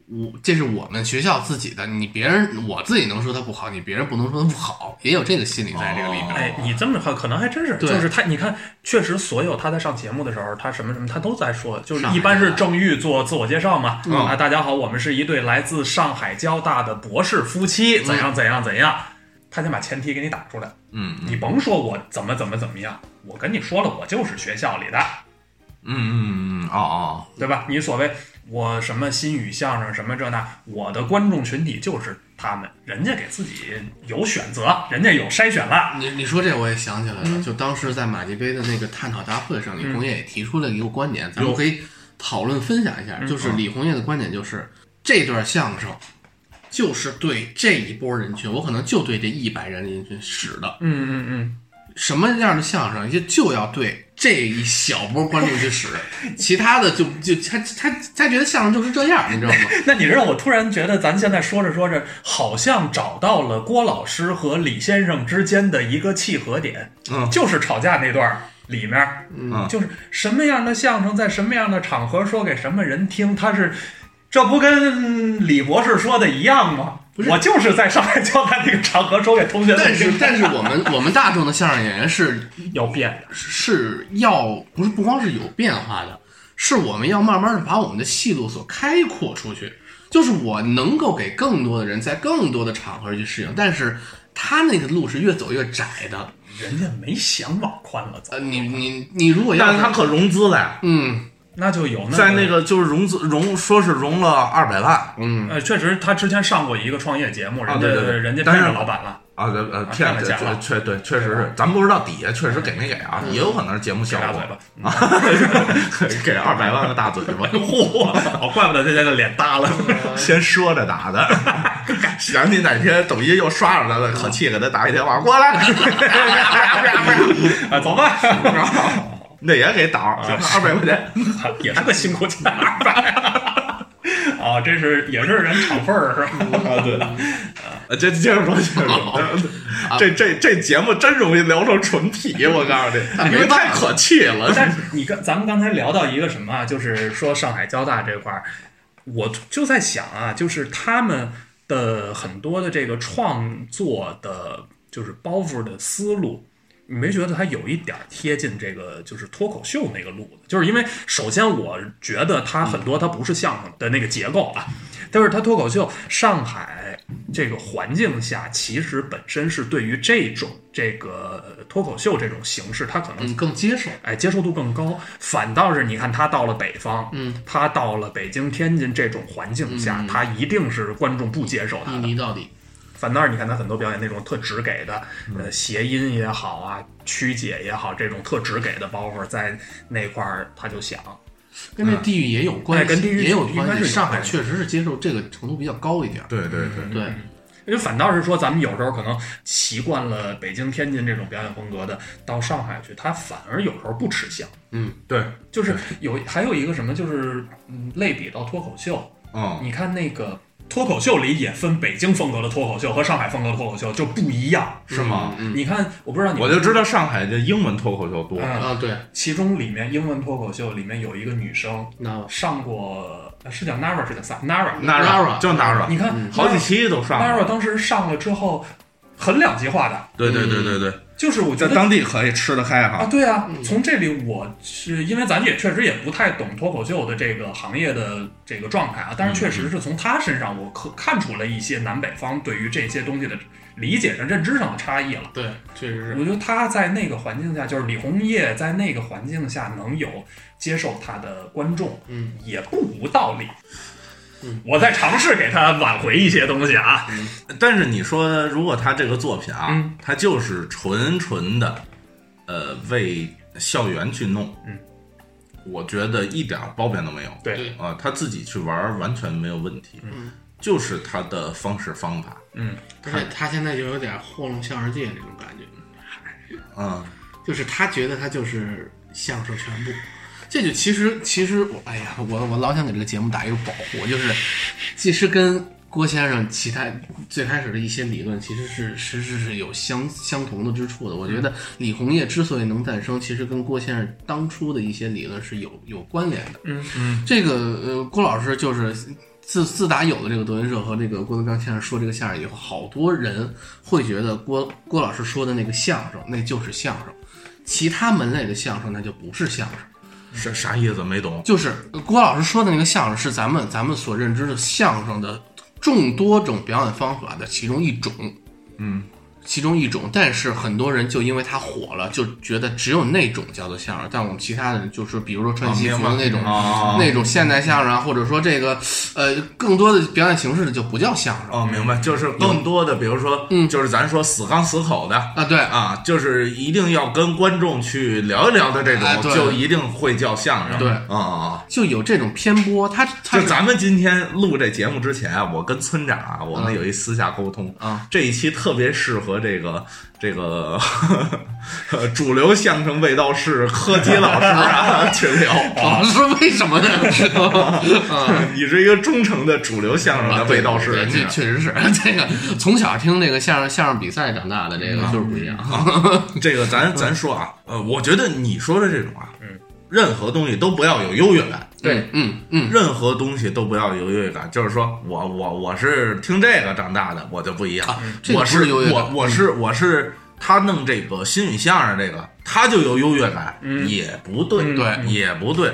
C: 我这是我们学校自己的，你别人我自己能说他不好，你别人不能说他不好，也有这个心理在这个里面。
B: 哎，你这么看，可能还真是，
C: 对
B: 就是他，你看，确实，所有他在上节目的时候，他什么什么，他都在说，就是
C: 上海
B: 一般是
C: 交大
B: 郑玉做自我介绍嘛，啊，大家好，我们是一对来自上海交大的博士夫妻，怎样怎样怎样，他先把前提给你打出来，
A: 嗯，
B: 你甭说我怎么怎么怎么样，我跟你说了，我就是学校里的，
A: 嗯嗯嗯，哦哦，
B: 对吧？你所谓我什么新语相声什么这那，我的观众群体就是他们，人家给自己有选择，人家有筛选了，
C: 你你说这我也想起来了，就当时在马季杯的那个探讨大会上，李红叶也提出了一个观点，咱们可以讨论分享一下。就是李红叶的观点就是，这段相声就是对这一波人群，我可能就对这一百人人群使的。
B: 嗯嗯嗯。
C: 什么样的相声就就要对这一小波观众去使，其他的就就他他他觉得相声就是这样，你知道吗？
B: 那你让我突然觉得，咱现在说着说着，好像找到了郭老师和李先生之间的一个契合点，
A: 嗯
B: 就是吵架那段儿里面儿，
A: 嗯
B: 就是什么样的相声在什么样的场合说给什么人听，他是。这不跟李博士说的一样吗？我就是在上海交大那个场合说给同学们
C: 但是
B: 听，
C: 但是我们我们大众的相声演员是
B: 要变的。
C: 是要不是不光是有变化的，是我们要慢慢的把我们的戏路所开阔出去，就是我能够给更多的人在更多的场合去适应，但是他那个路是越走越窄的。
B: 人家没想往宽了走，
C: 呃，你你你如果要
A: 但是他可融资了呀，
C: 嗯
B: 那就有那
A: 在那个就是融资融，说是融了二百万
C: 嗯，
B: 呃，确实他之前上过一个创业节目，人家、
A: 啊对对对
B: 人家
A: 但
B: 变
A: 是
B: 成老板了，
A: 啊，呃呃，
B: 骗
A: 骗
B: 了
A: 确
B: 假了
A: 确对，确实是，咱不知道底下确实给没给啊，也有可能是节目效
B: 大
A: 果
B: 嘴巴。
A: 给二百万个大嘴巴，
B: 嚯！哦，怪不得他现在脸耷了。
A: 先说着打的，想起哪天抖音又刷上来了，可气给他打一电话过来，
B: 啊，走吧，
A: 那也给倒二百块钱，
B: 也是个辛苦钱，二百。啊，这是也是人炒份儿是吧？对的，
A: 呃接接着说，接着
B: 哦
A: 说，
B: 啊
A: 这这这节目真容易聊成纯皮，我告诉你，因为太可气了，
B: 但是你刚咱们刚才聊到一个什么啊？就是说上海交大这块儿，我就在想啊，就是他们的很多的这个创作的就是包袱的思路，你没觉得他有一点儿贴近这个就是脱口秀那个路子？就是因为首先我觉得他很多他不是相声的那个结构啊，但是他脱口秀上海这个环境下，其实本身是对于这种这个呃脱口秀这种形式，他可能
C: 嗯，更接受。
B: 哎，接受度更高。反倒是你看他到了北方，嗯，他到了北京、天津这种环境下，
A: 嗯
B: 他一定是观众不接受他
C: 印
B: 的。
C: 尼到底，
B: 反倒是你看他很多表演那种特直给的，
A: 嗯
B: 呃，谐音也好啊，曲解也好，这种特直给的包袱在那块儿他就想，
C: 跟这地域也有关系，
B: 哎跟地域
C: 也有
B: 应该
C: 关
B: 是有
C: 系。上海
B: 关系
C: 确实是接受这个程度比较高一点。
A: 对对对，
C: 对，
B: 因为嗯反倒是说咱们有时候可能习惯了北京、天津这种表演风格的，到上海去，他反而有时候不吃香。
A: 对，
B: 就是有还有一个什么，就是嗯，类比到脱口秀，
A: 嗯，
B: 你看那个脱口秀里也分北京风格的脱口秀和上海风格的脱口秀就不一样。
A: 是吗？
C: 嗯
B: 你看，我不知道你，
A: 我就知道上海的英文脱口秀多，
B: 嗯，
C: 啊，对，
B: 其中里面英文脱口秀里面有一个女生
C: 那
B: 上过，呃是叫 Nara 是叫啥 Nara？
A: 纳
C: Nara
A: 就纳 a
B: 你看
A: 嗯好几期都上
B: Nara
A: 了。
B: 当时上了之后很两极化的，
A: 对对对对对，
B: 就是我觉
A: 在
B: 得。
A: 当地可以吃得开
B: 啊，
A: 哈。
B: 对啊，从这里我是因为咱也确实也不太懂脱口秀的这个行业的这个状态啊，但是确实是从他身上我可看出了一些南北方对于这些东西的理解上、认知上的差异了。
C: 对，确实是。
B: 我觉得他在那个环境下，就是李红叶在那个环境下能有接受他的观众，嗯，也不无道理。嗯，我在尝试给他挽回一些东西啊。
A: 但是你说，如果他这个作品啊
B: 嗯，
A: 他就是纯纯的，呃，为校园去弄，
B: 嗯，
A: 我觉得一点儿褒贬都没有。
B: 对，
A: 啊，他自己去玩儿完全没有问题，嗯，就是他的方式方法，
B: 嗯，
C: 而且他现在就有点糊弄相声界那种感觉，
A: 嗯，
C: 就是他觉得他就是相声全部。这就其实其实我哎呀，我我老想给这个节目打一个保护，就是其实跟郭先生其他最开始的一些理论其实是实质是有相相同的之处的。我觉得李红叶之所以能诞生，其实跟郭先生当初的一些理论是有有关联的。
B: 嗯
C: 嗯，这个呃，郭老师就是自自打有了这个德云社和这个郭德纲先生说这个相声以后，好多人会觉得郭郭老师说的那个相声那就是相声，其他门类的相声那就不是相声。
A: 是啥意思没懂？
C: 就是呃郭老师说的那个相声，是咱们咱们所认知的相声的众多种表演方法的其中一种，嗯，其中一种。但是很多人就因为他火了，就觉得只有那种叫做相声，但我们其他的人就是比如说穿西服的那种、
A: 哦
C: 那种现代相声，啊，或者说这个呃更多的表演形式的就不叫相声、
A: 哦，明白，就是更多的，比如说，嗯，就是咱说死刚死口的。
C: 啊，对
A: 啊，就是一定要跟观众去聊一聊的这种，
C: 哎对
A: 就一定会叫相声。
C: 对
A: 啊啊、
C: 就有这种偏颇，他他
A: 就咱们今天录这节目之前啊，我跟村长啊，我
C: 嗯
A: 们有一私下沟通
C: 啊，
A: 这一期特别适合这个这个 呃主流相声味道是柯基老师 啊去聊啊
C: 老。师为什么呢？ 啊。
A: 你是一个忠诚的主流相声的味道是
C: 对
A: 人
C: 这
A: 家
C: 确实是 这个从小听这个相声相声比赛长大的，这个就是不一样。
A: 这个咱咱说啊，呃，我觉得你说的这种啊，任何东西都不要有优越感，
C: 嗯对，嗯嗯，
A: 任何东西都不要有优越感，就是说我我我是听这个长大的，我就不一样，
C: 啊这个
A: 我
C: 不是优越
A: 我
C: 感嗯
A: 我是我是他弄这个新语相声这个，他就有优越感，也不对，
C: 嗯对嗯
A: 也不对，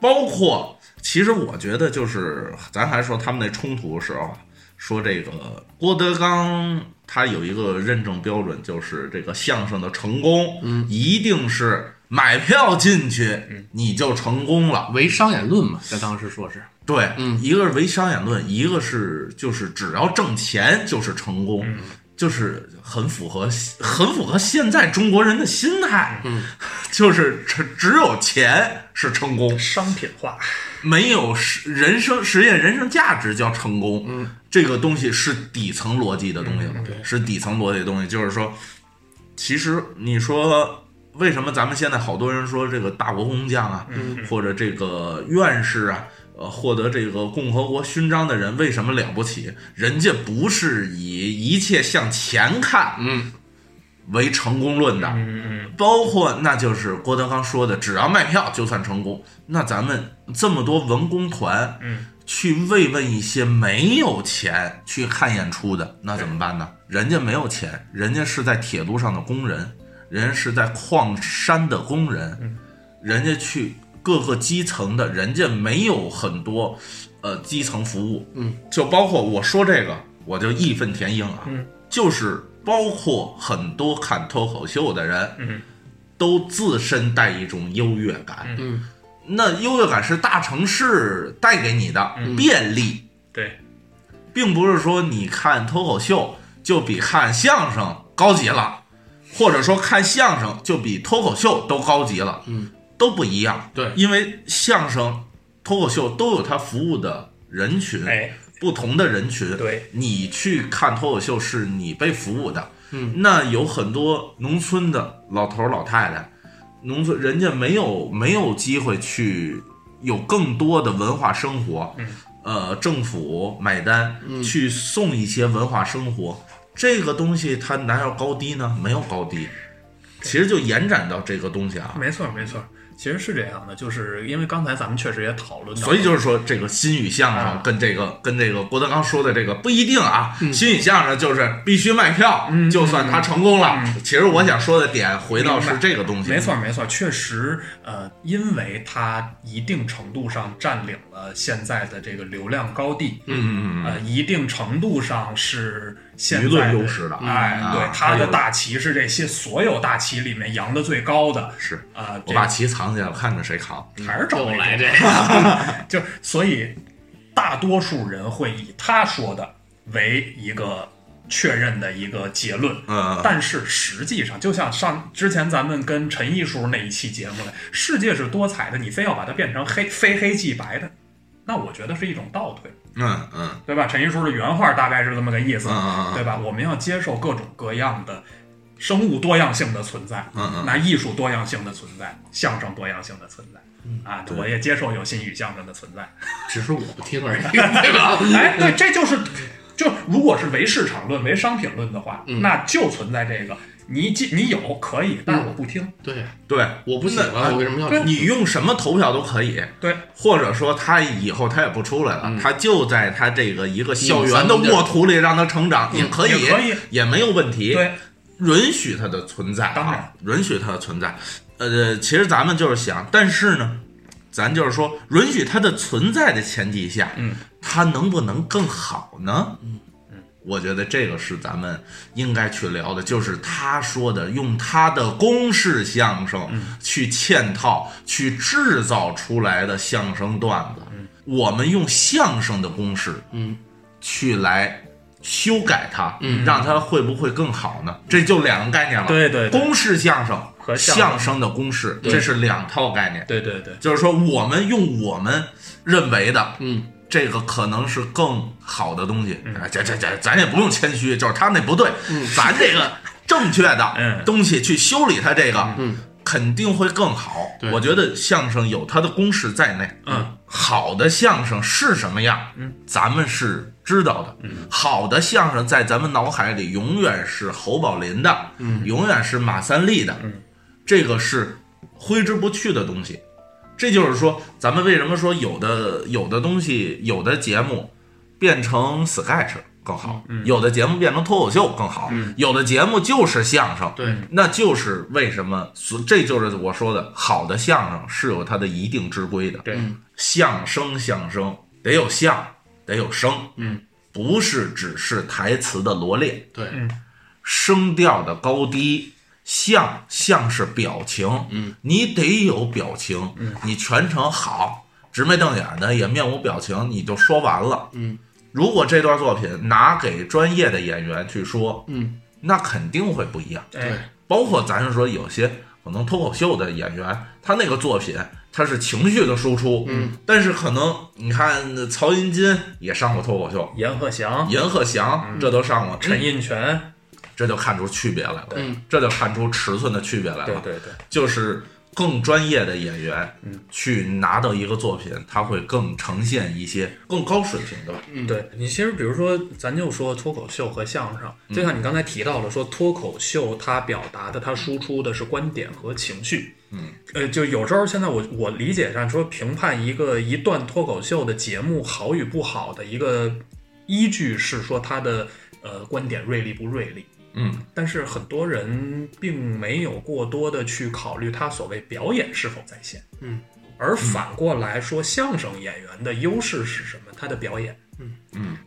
A: 包括其实我觉得就是咱还说他们那冲突的时候啊，说这个郭德纲他有一个认证标准，就是这个相声的成功，嗯，一定是买票进去你就成功了。
C: 为商演论嘛，在当时说是，
A: 对，一个是唯商演论，一个是就是只要挣钱就是成功，就是很符合很符合现在中国人的心态，嗯， 就是只只有钱是成功，
B: 商品化，
A: 没有实人生实现人生价值叫成功，嗯，这个东西是底层逻辑的东西了，是底层逻辑的东西，就是说，其实你说为什么咱们现在好多人说这个大国工匠啊，或者这个院士啊，呃，获得这个共和国勋章的人为什么了不起？人家不是以一切向前看，
C: 嗯，
A: 为成功论的，包括那就是郭德纲说的，只要卖票就算成功。那咱们这么多文工团，
B: 嗯，
A: 去慰问一些没有钱去看演出的，那怎么办呢？人家没有钱，人家是在铁路上的工人，人家是在矿山的工人，
B: 嗯
A: 人家去各个基层的，人家没有很多呃基层服务，
C: 嗯，
A: 就包括我说这个，我就义愤填膺啊，
B: 嗯，
A: 就是包括很多看脱口秀的人，
B: 嗯，
A: 都自身带一种优越感，
C: 嗯，
A: 那优越感是大城市带给你的便利，
B: 对，
A: 并不是说你看脱口秀就比看相声高级了，或者说看相声就比脱口秀都高级了，
C: 嗯，
A: 都不一样。
C: 对
A: 因为相声、脱口秀都有它服务的人群，
B: 哎，
A: 不同的人群，
B: 对，
A: 你去看脱口秀是你被服务的，
C: 嗯，
A: 那有很多农村的老头儿老太太，农村人家没有没有机会去有更多的文化生活，嗯，呃，政府买单、去送一些文化生活，这个东西它哪有高低呢？没有高低，其实就延展到这个东西啊，
B: 没错没错，其实是这样的，就是因为刚才咱们确实也讨论到了，
A: 所以就是说，这个新语相声跟这个、跟这个郭德纲说的这个不一定啊。新语相声就是必须卖票，就算他成功了。其实我想说的点，回到是这个东西，
B: 没错，没错，确实，呃，因为它一定程度上占领了现在的这个流量高地，
A: 嗯，嗯嗯嗯，
B: 呃，一定程度上是现在
A: 舆论优势的
B: 哎，
A: 嗯
B: 对
A: 啊，
B: 它
A: 它有
B: 的大旗是这些所有大旗里面扬的最高的，
A: 是
B: 啊，
A: 我
B: 这
A: 把旗藏起来，我看看谁扛。
B: 还是找
C: 又
B: 那
C: 来
B: 种
C: 这个，
B: 就是所以大多数人会以他说的为一个确认的一个结论。
A: 嗯
B: 但是实际上，就像上之前咱们跟陈毅叔那一期节目了，世界是多彩的，你非要把它变成黑非黑即白的，那我觉得是一种倒退，
A: 嗯嗯
B: 对吧？陈毅叔的原话大概是这么个意思，
A: 嗯嗯嗯
B: 对吧？我们要接受各种各样的生物多样性的存在，
A: 嗯嗯
B: 那艺术多样性的存在，相声多样性的存在，
A: 嗯
B: 啊，我也接受有新语相声的存在。
C: 只是我不听而已， 对吧？
B: 哎，对，这就是，就如果是唯市场论、唯商品论的话，那就存在这个，你既你有可以，但是我不听，
C: 对，
A: 对，
C: 我不喜欢
A: 那
C: 我为什么要
A: 对你用什么投票都可以。
B: 对，
A: 或者说他以后他也不出来了，
B: 嗯
A: 他就在他这个一个校园的
C: 嗯
A: 沃土里让他成长、也可以，
B: 也可以
A: 没有问题。
B: 对，
A: 允许它的存在
B: 当
A: 啊
B: 然，
A: 允许它的存在。呃，其实咱们就是想，但是呢，咱就是说，允许它的存在的前提下，
B: 嗯，
A: 它能不能更好呢？嗯。我觉得这个是咱们应该去聊的，就是他说的，用他的公式相声去嵌套、去制造出来的相声段子。我们用相声的公式，
C: 嗯，
A: 去来修改它，嗯，让它会不会更好呢？这就两个概念了。
B: 对对对
A: 公式相声
B: 和相声
A: 相声的公式，这是两套概念。
B: 对对对，
A: 就是说，我们用我们认为的，
C: 嗯，
A: 这个可能是更好的东西。哎这这这，咱也不用谦虚，就是他那不对，咱这个正确的
B: 嗯
A: 东西去修理它，这个，肯定会更好。
C: 对
A: 我觉得相声有它的公式在内。
B: 嗯，
A: 好的相声是什么样，咱们是知道的。好的相声在咱们脑海里永远是侯宝林的，永远是马三立的，这个是挥之不去的东西。这就是说，咱们为什么说有的有的东西，有的节目变成 sketch 更好，
C: 嗯
A: 有的节目变成脱口秀更好，有的节目就是相声。
C: 对，
A: 那就是为什么，所这就是我说的，好的相声是有它的一定之规的。
B: 对，
A: 相声相声得有相，得有声，
C: 嗯，
A: 不是只是台词的罗列，
C: 对，
A: 声调的高低。像像是表情，嗯，你得有表情，嗯，你全程好，直眉瞪眼的，也面无表情，你就说完了，
C: 嗯。
A: 如果这段作品拿给专业的演员去说，
C: 嗯，
A: 那肯定会不一样，
C: 对
B: 哎，
A: 包括咱是说有些可能脱口秀的演员，他那个作品他是情绪的输出，嗯，但是可能你看曹云金也上过脱口秀，
B: 阎嗯鹤祥、
A: 阎鹤祥这都上过，
B: 陈印泉，
A: 这就看出区别来了，
C: 嗯
A: 这就看出尺寸的区别来了，
B: 对对对，
A: 就是更专业的演员，
C: 嗯
A: 去拿到一个作品，他会更呈现一些更高水平的吧。
C: 嗯
B: 对你其实比如说，咱就说脱口秀和相声，就像你刚才提到了，说脱口秀它表达的、它输出的是观点和情绪。嗯，呃，就有时候现在我我理解上说，评判一个一段脱口秀的节目好与不好的一个依据是说它的呃观点锐利不锐利。
A: 嗯，
B: 但是很多人并没有过多的去考虑他所谓表演是否在线。嗯，而反过来说，相声演员的优势是什么？他的表演。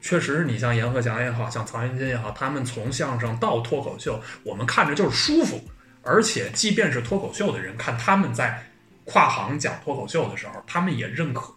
B: 确实，你像阎鹤祥也好像曹云金也好，他们从相声到脱口秀，我们看着就是舒服。而且，即便是脱口秀的人，看他们在跨行讲脱口秀的时候，他们也认可。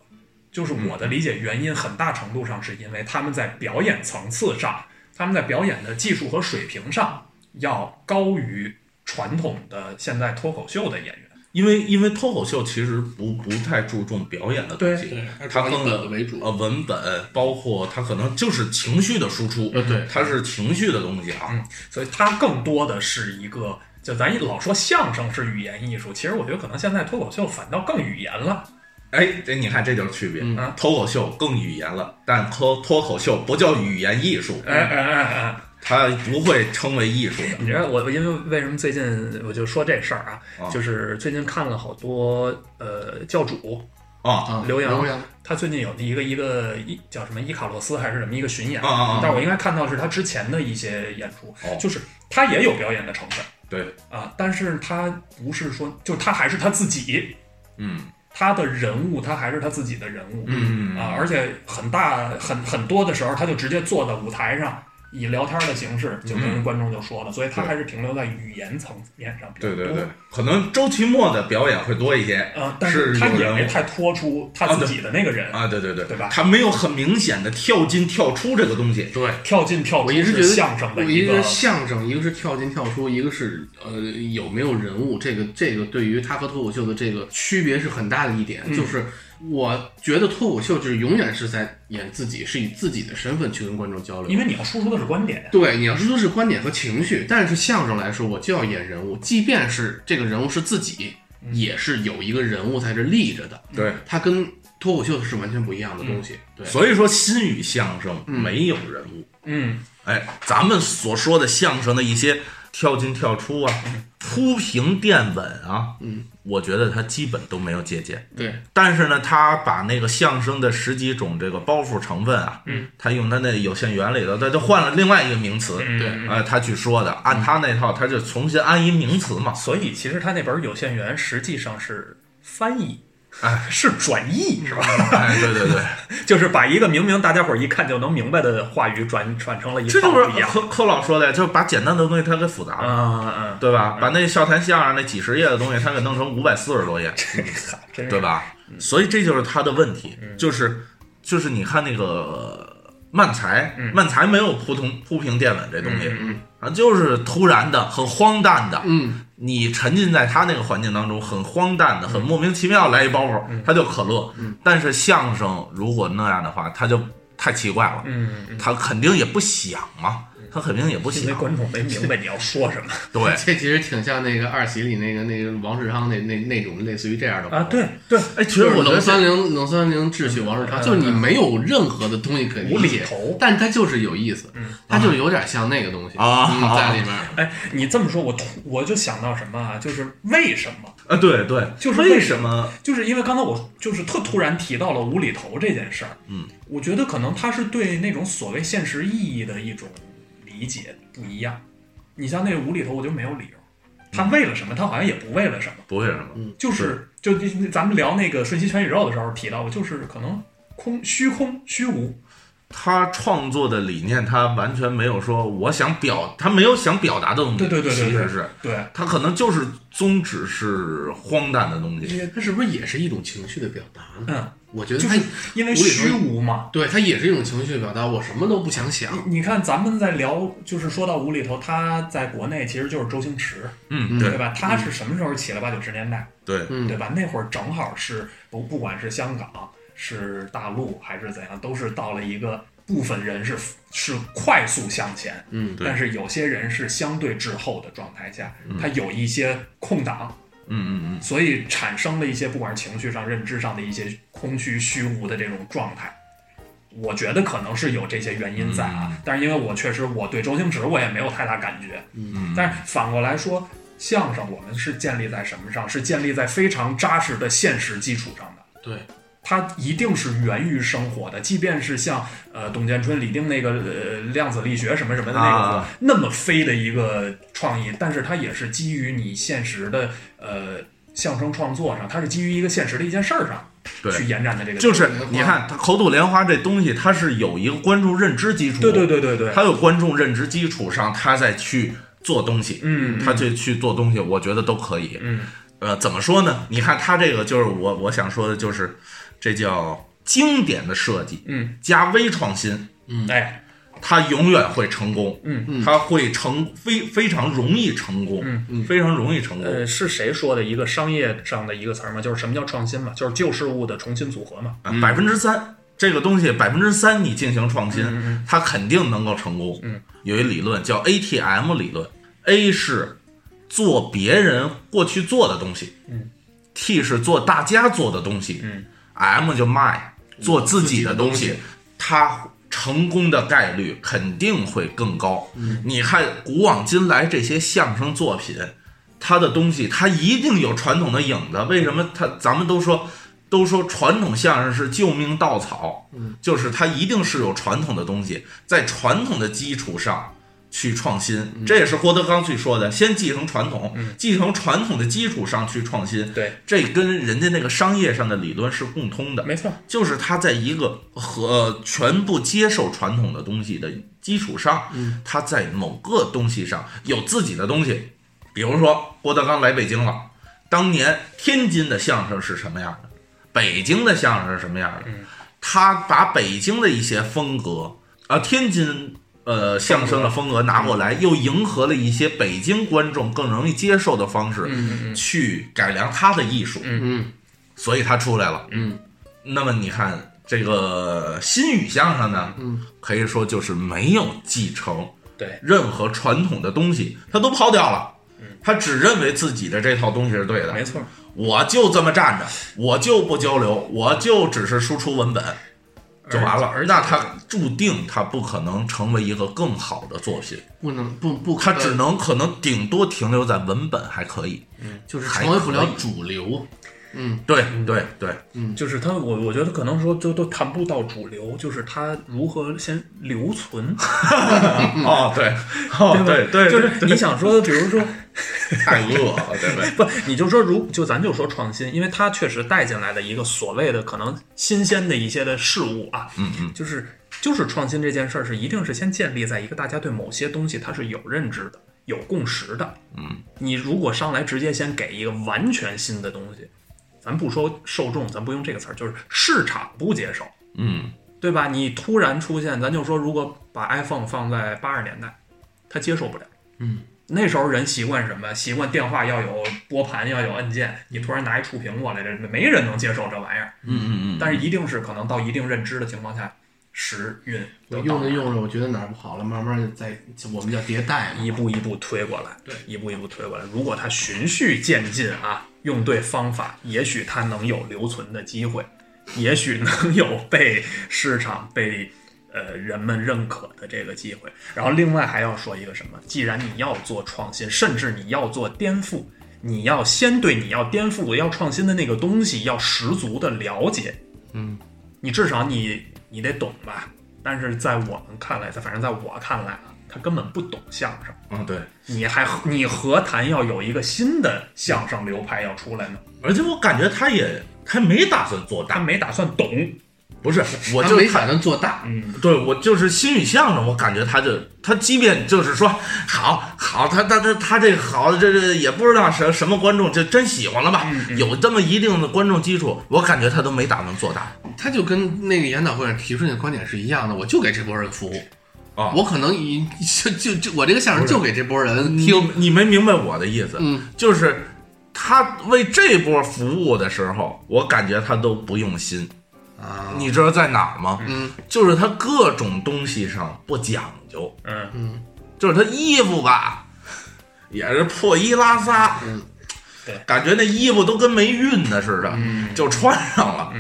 B: 就是我的理解，原因很大程度上是因为他们在表演层次上，他们在表演的技术和水平上要高于传统的现在脱口秀的演员。
A: 因为因为脱口秀其实不不太注重表演的东西
C: 对对，
A: 它
C: 还是
A: 更
C: 以文本为主
A: 呃，文本包括它可能就是情绪的输出，
C: 呃对嗯
A: 它是情绪的东西啊，
B: 所以它更多的是一个，就咱老说相声是语言艺术，其实我觉得可能现在脱口秀反倒更语言了。
A: 哎，这你看这就是区别
C: 嗯
B: 啊，
A: 脱口秀更语言了，但脱脱口秀不叫语言艺术，
B: 哎哎哎哎，
A: 它不会称为艺术
B: 你
A: 的，
B: 知道我因为为什么最近我就说这事儿啊，
A: 啊
B: 就是最近看了好多呃教主
A: 啊
C: 啊，
B: 刘洋
C: 刘洋
B: 他最近有一个一个一叫什么伊卡洛斯还是什么一个巡演，
A: 啊啊啊
B: 但我应该看到是他之前的一些演出，
A: 哦
B: 就是他也有表演的成分
A: 对，
B: 啊，但是他不是说就是他还是他自己，
A: 嗯
B: 他的人物他还是他自己的人物，
A: 嗯
B: 啊，而且很大很很多的时候，他就直接坐在舞台上，以聊天的形式就跟观众就说了，所以他
A: 嗯对
B: 还是停留在语言层面上比较
A: 对
B: 多。
A: 对对，可能周奇墨的表演会多一些，
B: 呃，但
A: 是
B: 他
A: 有
B: 也
A: 人
B: 没
A: 物
B: 太脱出他自己的那个人，
A: 啊，对对对，
B: 对吧
A: 他没有很明显的跳进跳出这个东西，
C: 对。
B: 跳进跳出
C: 我一直觉
B: 是
C: 得
B: 相声的
C: 我一
B: 一
C: 直觉
B: 个
C: 得。相声，一个是跳进跳出，一个是呃有没有人物，这个这个对于他和脱口秀的这个区别是很大的一点，就是我觉得脱口秀就是永远是在演自己，是以自己的身份去跟观众交流
B: 因。为你要输出的是观点，
C: 对，你要说是观点和情绪，但是相声来说，我就要演人物，即便是这个人物是自己，
B: 嗯
C: 也是有一个人物在这立着的，
A: 对。
C: 它跟脱口秀是完全不一样
B: 嗯
C: 的东西。对，
A: 所以说，新语相声没有人物。
B: 嗯，
A: 哎，咱们所说的相声的一些跳进跳出啊、铺平垫稳啊，嗯，我觉得他基本都没有借鉴。
C: 对，
A: 但是呢，他把那个相声的十几种这个包袱成分啊，嗯，他用他那有限原理的，他就换了另外一个名词，对、哎，他去说的，按他那套，他就重新安一名词嘛，
B: 所以其实他那本《有限缘》实际上是翻译，嗯
A: 哎，
B: 啊是转译，是吧？
A: 哎，对对对，
B: 就是把一个明明大家伙儿一看就能明白的话语转转成了 一
A: 这
B: 套
A: 就
B: 不一
A: 是
B: 样。
A: 柯柯老说的，就是把简单的东西他给复杂了。
B: 嗯嗯嗯，
A: 对吧？把那笑谈相声那几十页的东西，他给弄成五百四十多 页，
B: 真是嗯
A: 对吧？所以这就是他的问题，就是就是你看那个漫才，
B: 嗯
A: 漫才没有铺通铺平垫稳这东西啊，就是突然的、很荒诞的，
C: 嗯，
A: 你沉浸在他那个环境当中，很荒诞的、很莫名其妙来一包袱，
B: 嗯
A: 他就可乐。但是相声如果那样的话，他就太奇怪了，
B: 嗯，
A: 他肯定也不想嘛，他肯定也不
B: 因为
A: 想，
B: 观众没明白你要说什么
A: 对。
C: 这其实挺像那个二喜里那个那个王世昌那那那种类似于这样的
B: 啊。
C: 包袱
B: 对对，
A: 哎，其
C: 就
A: 实
C: 是
A: 我觉
C: 冷
A: 得
C: 三零冷三零智取王世昌，就是你没有任何的东西可理
B: 嗯无厘
C: 解
B: 头，嗯啊
C: 但它就是有意思，它就是有点像那个东西
A: 啊
C: 嗯在里面儿。
B: 哎，你这么说，我突我就想到什么啊？就是为什么？
A: 啊，对对，
B: 就是
A: 为
B: 为
A: 什
B: 什
A: 么？
B: 就是因为刚才我就是特突然提到了无厘头这件事儿，嗯，我觉得可能他是对那种所谓现实意义的一种理解不一样。你像那个无厘头，我就没有理由。他为了什么？他好像也不为了什么，
A: 不为什
B: 嗯
A: 么？
B: 就是就咱们聊那个《瞬息全宇宙》的时候提到过，就是可能空虚空虚无，
A: 他创作的理念，他完全没有说我想表，他没有想表达的东西。
B: 对对对对
A: 其
B: 对
A: 实是
B: 对，
A: 他可能就是宗旨是荒诞的东西。
C: 它是不是也是一种情绪的表达呢？
B: 嗯，
C: 我觉得
B: 就
C: 它
B: 是因为
C: 哎无厘头
B: 虚无嘛，
C: 对，它也是一种情绪表达，我什么都不想想。
B: 你看，咱们在聊，就是说到无厘头，他在国内其实就是周星驰，
A: 嗯，
B: 对
A: 对
B: 吧？他是什么时候起了八九十年代，
A: 对，
C: 嗯
B: 对吧？那会儿正好是不不管是香港、是大陆还是怎样，都是到了一个部分人是是快速向前，
C: 嗯
A: 对
B: 但是有些人是相对滞后的状态下，他有一些空档，
A: 嗯嗯
B: 所以产生了一些不管是情绪上、认知上的一些空虚、虚无的这种状态。我觉得可能是有这些原因在啊，但是因为我确实我对周星驰我也没有太大感觉，
A: 嗯嗯，
B: 但是反过来说，相声我们是建立在什么上？是建立在非常扎实的现实基础上的。
C: 对，
B: 它一定是源于生活的，即便是像呃董建春、李丁那个呃量子力学什么什么的那个、
A: 啊
B: 那么飞的一个创意，但是它也是基于你现实的呃相声创作上，它是基于一个现实的一件事儿上
A: 对
B: 去延展的这个，
A: 就是你看他口吐莲花这东西，它是有一个关注认知基础，
B: 对对对对对，
A: 他有观众认知基础上，他再去做东西，
B: 嗯
A: 他去去做东西，我觉得都可以。
B: 嗯，
A: 呃，怎么说呢？你看他这个就是我我想说的就是，这叫经典的设计，
B: 嗯，
A: 加微创新，
B: 哎，
A: 他永远会成功，
B: 嗯
A: 嗯，他会成非非常容易成功，
B: 嗯
A: 嗯，非常容易成功，
B: 呃，是谁说的一个商业上的一个词儿嘛？就是什么叫创新嘛？就是旧事物的重新组合嘛。
A: 啊百分之三，这个东西百分之三你进行创新，它肯定能够成功。
B: 嗯，
A: 有一理论叫 ATM 理论，A 是做别人过去做的东西，
B: 嗯
A: ，T 是做大家做的东西，
B: 嗯
A: ，M 就卖做自己的东
C: 自己的
A: 西，它。成功的概率肯定会更高。你看古往今来这些相声作品，它的东西它一定有传统的影子。为什么它咱们都说都说传统相声是救命稻草，嗯，就是它一定是有传统的东西，在传统的基础上去创新，这也是郭德纲去说的，先继承传统，继承传统的基础上去创新，
B: 对，
A: 这跟人家那个商业上的理论是共通的，
B: 没错，
A: 就是他在一个和呃全部接受传统的东西的基础上，他在某个东西上有自己的东西。比如说郭德纲来北京了，当年天津的相声是什么样的，北京的相声是什么样的，他把北京的一些风格啊、天津呃相声的风格拿过来，又迎合了一些北京观众更容易接受的方式，去改良他的艺术。
C: 嗯，
A: 所以他出来了。
C: 嗯，
A: 那么你看这个新语相声呢，嗯，可以说就是没有继承
B: 对
A: 任何传统的东西，他都抛掉了。他只认为自己的这套东西是对的，
B: 没错。
A: 我就这么站着，我就不交流，我就只是输出文本，就完了。
B: 而
A: 那他注定他不可能成为一个更好的作品，
C: 不能不不呃可，
A: 他只能可能顶多停留在文本还可以。
C: 就是
A: 还
C: 成为不
A: 可
C: 了
A: 以
C: 主流，
A: 对对对，
B: 就是他，我我觉得可能说就都谈不到主流，就是他如何先留 存，
A: 哦对，哦对对，
B: 就是你想说，比如说
A: 太饿了，对不对？
B: 不，你就说如就咱就说创新，因为它确实带进来的一个所谓的可能新鲜的一些的事物啊，
A: 嗯嗯，
B: 就是就是创新这件事儿是一定是先建立在一个大家对某些东西它是有认知的、有共识的。
A: 嗯，
B: 你如果上来直接先给一个完全新的东西，咱不说受众，咱不用这个词儿，就是市场不接受，
A: 嗯
B: 对吧？你突然出现，咱就说，如果把 iPhone 放在八十年代，他接受不了。嗯，那时候人习惯什么？习惯电话要有拨盘，要有按键。你突然拿一触屏过来，这没人能接受这玩意儿。
A: 嗯嗯嗯，
B: 但是一定是可能到一定认知的情况下，时运
C: 我
B: 都到
C: 用着
B: 了
C: 用着，我觉得哪儿不好了，慢慢的在我们叫迭代嘛，
B: 一步一步推过来，对，一步一步推过来。如果他循序渐进啊，用对方法，也许他能有留存的机会，也许能有被市场、被呃人们认可的这个机会。然后另外还要说一个什么？既然你要做创新，甚至你要做颠覆，你要先对你要颠覆、要创新的那个东西要十足的了解。嗯，你至少你你得懂吧？但是在我们看来，在反正在我看来啊，他根本不懂相声。
A: 嗯对。
B: 你还你何谈要有一个新的相声流派要出来呢？
A: 而且我感觉他也他没打算做
B: 他
A: 大，
B: 没打算懂，
A: 不是，我
C: 他
A: 就
C: 没嗯
A: 看
C: 打算做大，
A: 对我就是新语相声，我感觉他就他即便就是说好好，他他他他这好，这这也不知道什什么观众就真喜欢了吧，
C: 嗯
A: 有这么一定的观众基础，我感觉他都没打算做大。
C: 他就跟那个研讨会上提出那个观点是一样的，我就给这波人服务。
A: 啊
C: 我可能一 就就就我这个相声就给这波人听，
A: 你没明白我的意思，
C: 嗯，
A: 就是他为这波服务的时候，我感觉他都不用心。
C: 啊，
A: 你知道在哪儿吗？
C: 嗯，
A: 就是他各种东西上不讲究，
B: 嗯，
A: 就是他衣服吧，也是破衣拉撒，
C: 嗯
B: 对
A: 感觉那衣服都跟没熨的似的，就穿上了，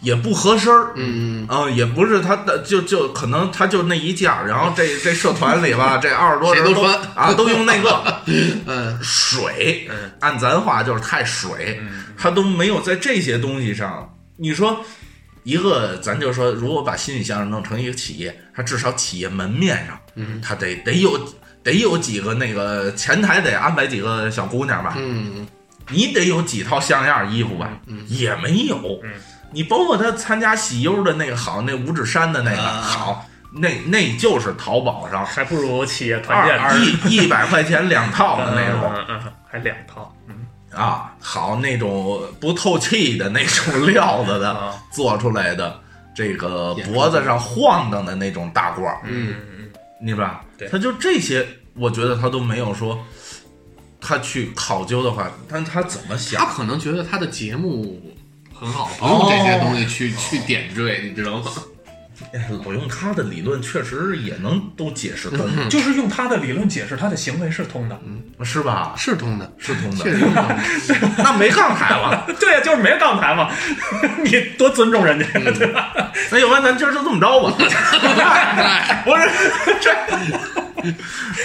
A: 也不合身儿，
C: 嗯，
A: 啊、也不是他的，就就可能他就那一件儿，然后这这社团里 吧，这二十多人
C: 谁
A: 都
C: 都穿
A: 啊，都用那个
C: 嗯
A: 水，按咱话就是太水，他都没有在这些东西上。你说一个，咱就说，如果把新宇先生弄成一个企业，他至少企业门面上，
C: 嗯
A: 他得得有得有几个那个前台得安排几个小姑娘吧，
C: 嗯
A: 你得有几套像样衣服吧，也没有。你包括他参加喜优的那个好，那五指山的那个、
C: 啊
A: 好，那那就是淘宝上
B: 还不如企业团建嗯
A: 二一一百块钱两套的 那种。
B: 嗯嗯嗯，还两套，嗯
A: 啊，好那种不透气的那种料子的
B: 啊
A: 做出来的，这个脖子上晃荡的那种大褂儿，
C: 嗯，
A: 你吧
B: 对，
A: 他就这些，我觉得他都没有说他去考究的话，但他怎么
C: 他
A: 想？
C: 可能觉得他的节目很好，哦不用这些东西去去点缀，你知道吗？
A: 我哎用他的理论确实也能都解释通，
C: 嗯
B: 就是用他的理论解释他的行为是通的，
A: 是吧？
C: 是通的，
A: 是通
C: 确
A: 的，
C: 实是通的。
A: 那没杠台了。
B: 对呀，啊就是没杠牌嘛， 你多尊重人家，对吧？
A: 哎那要不然咱今儿就这么着 吧？不是，这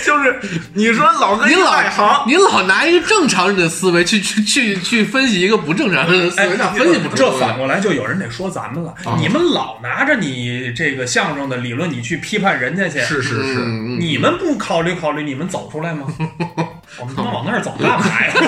A: 就是你说老哥一
C: 您
A: 外行
C: 老，您老拿一个正常人的思维去去去去分析一个不正常人的思
B: 哎
C: 维，那分析不出
B: 这
C: 来
B: 反过来就有人得说咱们了，你们老拿着你这个相声的理论，你去批判人家去，
A: 是是是，
C: 嗯嗯
B: 你们不考虑考虑，你们走出来 吗？我们他妈往那儿走干嘛呀？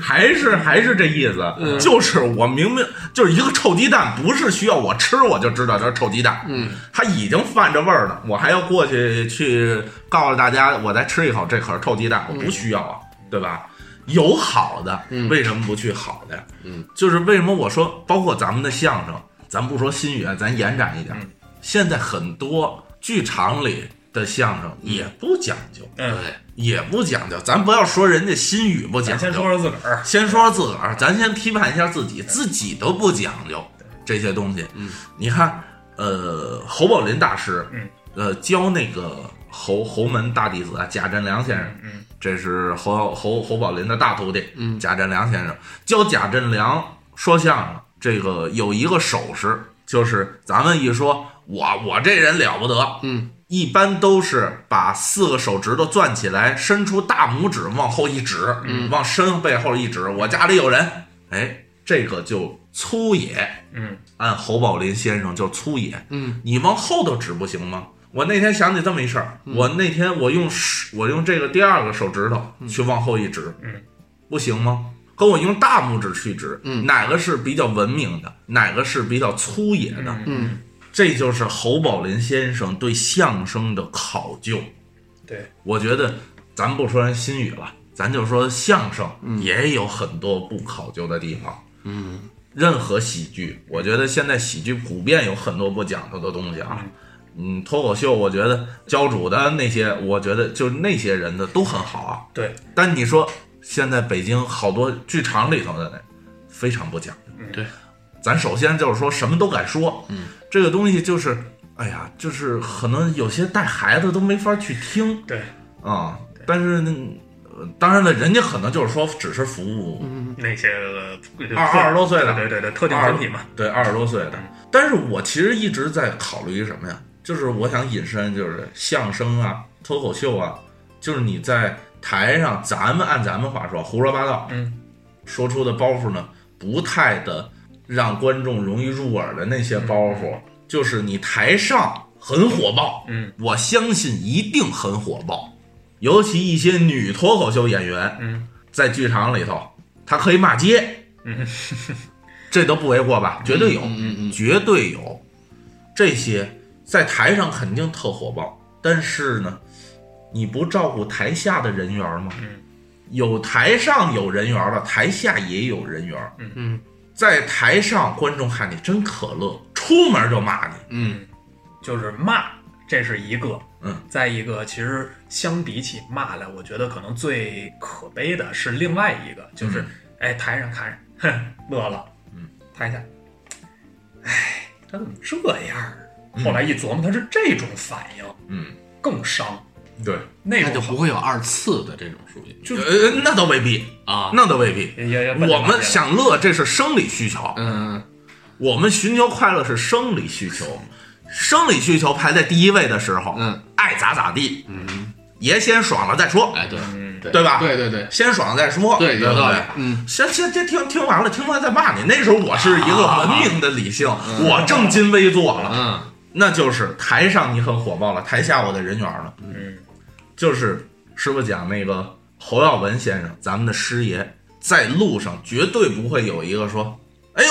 A: 还是还是这意思，就是我明明就是一个臭鸡蛋，不是需要我吃我就知道它是臭鸡蛋，嗯，它已经泛着味儿了，我还要过去去告诉大家，我再吃一口，这可是臭鸡蛋，我不需要啊，对吧？有好的，为什么不去好的？嗯，就是为什么我说，包括咱们的相声，咱不说新语言，咱延展一点，现在很多剧场里的相声也不讲究，
B: 嗯，
A: 也不讲究，咱不要说人家新语不讲
B: 咱
A: 究，
B: 先说说自个儿，
A: 先说自个儿，咱先批判一下自己，自己都不讲究这些东西。嗯，你看，呃，侯宝林大师，
B: 嗯，
A: 呃，教那个侯侯门大弟子啊，贾振良先生，
B: 嗯，
A: 这是侯侯侯宝林的大徒弟，嗯，贾振良先生教贾振良说相声，这个有一个手势，就是咱们一说我我这人了不得，
C: 嗯，
A: 一般都是把四个手指头攥起来，伸出大拇指往后一指，嗯，往身背后一指，我家里有人，哎，这个就粗野，
B: 嗯，
A: 按侯宝林先生就是粗野，
C: 嗯，
A: 你往后头指不行吗？我那天想起这么一事儿，我那天我用手我用这个第二个手指头去往后一指，
B: 嗯，
A: 不行吗？和我用大拇指去指，嗯，哪个是比较文明的，哪个是比较粗野的？
C: 嗯，
A: 这就是侯宝林先生对相声的考究。
B: 对，
A: 我觉得咱不说人新语了，咱就说相声也有很多不考究的地方。嗯，任何喜剧，我觉得现在喜剧普遍有很多不讲究的东西啊。嗯，脱口秀，我觉得教主的那些，我觉得就那些人的都很好啊。
B: 对，
A: 但你说现在北京好多剧场里头的人非常不讲究，
C: 对，
A: 咱首先就是说什么都敢说，嗯，这个东西就是，哎呀，就是可能有些带孩子都没法去听
B: 对，
A: 啊、但是呢、呃当然了，人家可能就是说只是服务
B: 那些
A: 二二十多岁的
B: 对对对，特定
A: 二
B: 群体嘛，，嗯
A: 对，二十多岁的。但是我其实一直在考虑什么呀？就是我想引申，就是相声啊、脱口秀啊，就是你在台上，咱们按咱们话说胡说八道，
B: 嗯，
A: 说出的包袱呢，不太的让观众容易入耳的那些包袱，就是你台上很火爆，
B: 嗯，
A: 我相信一定很火爆，尤其一些女脱口秀演员，
B: 嗯，
A: 在剧场里头，她可以骂街，这都不为过吧？绝对有，绝对有。这些在台上肯定特火爆，但是呢，你不照顾台下的人缘吗？有台上有人缘了，台下也有人缘。嗯
C: 嗯，
A: 在台上观众看你真可乐，出门就骂你。
B: 就是骂，这是一个。
A: 嗯，
B: 再一个，其实相比起骂来，我觉得可能最可悲的是另外一个，就是、
A: 嗯
B: 哎，台上看着，哼，乐了，嗯，台下，哎，他怎么这样儿？后来一琢磨，他是这种反应，
A: 嗯，
B: 更伤。
A: 对，
B: 那
C: 那
B: 种
C: 就不会有二次的这种属于
A: 呃，那倒未必
C: 啊
A: 那倒未必。
B: 也也也不
A: 我
B: 了
A: 们
B: 解
A: 享乐这是生理需求，
C: 嗯，
A: 我们寻求快乐是生理需求，生理需求排在第一位的时候，
C: 嗯，
A: 爱咋咋地，嗯，爷先爽了再说，
C: 哎，对，对
A: 对吧
C: 对对对，
A: 先爽了再说，
C: 对
A: 对
C: 有
A: 不
C: 道理
A: 对
C: 嗯，
A: 先先先听听完了，听完再骂你。那时候我是一个文明的理性，我正襟危坐了，
C: 啊嗯，
A: 那就是台上你很火爆了，台下我的人缘了。
B: 嗯，
A: 就是师傅讲那个侯耀文先生，咱们的师爷，在路上绝对不会有一个说：“哎呦，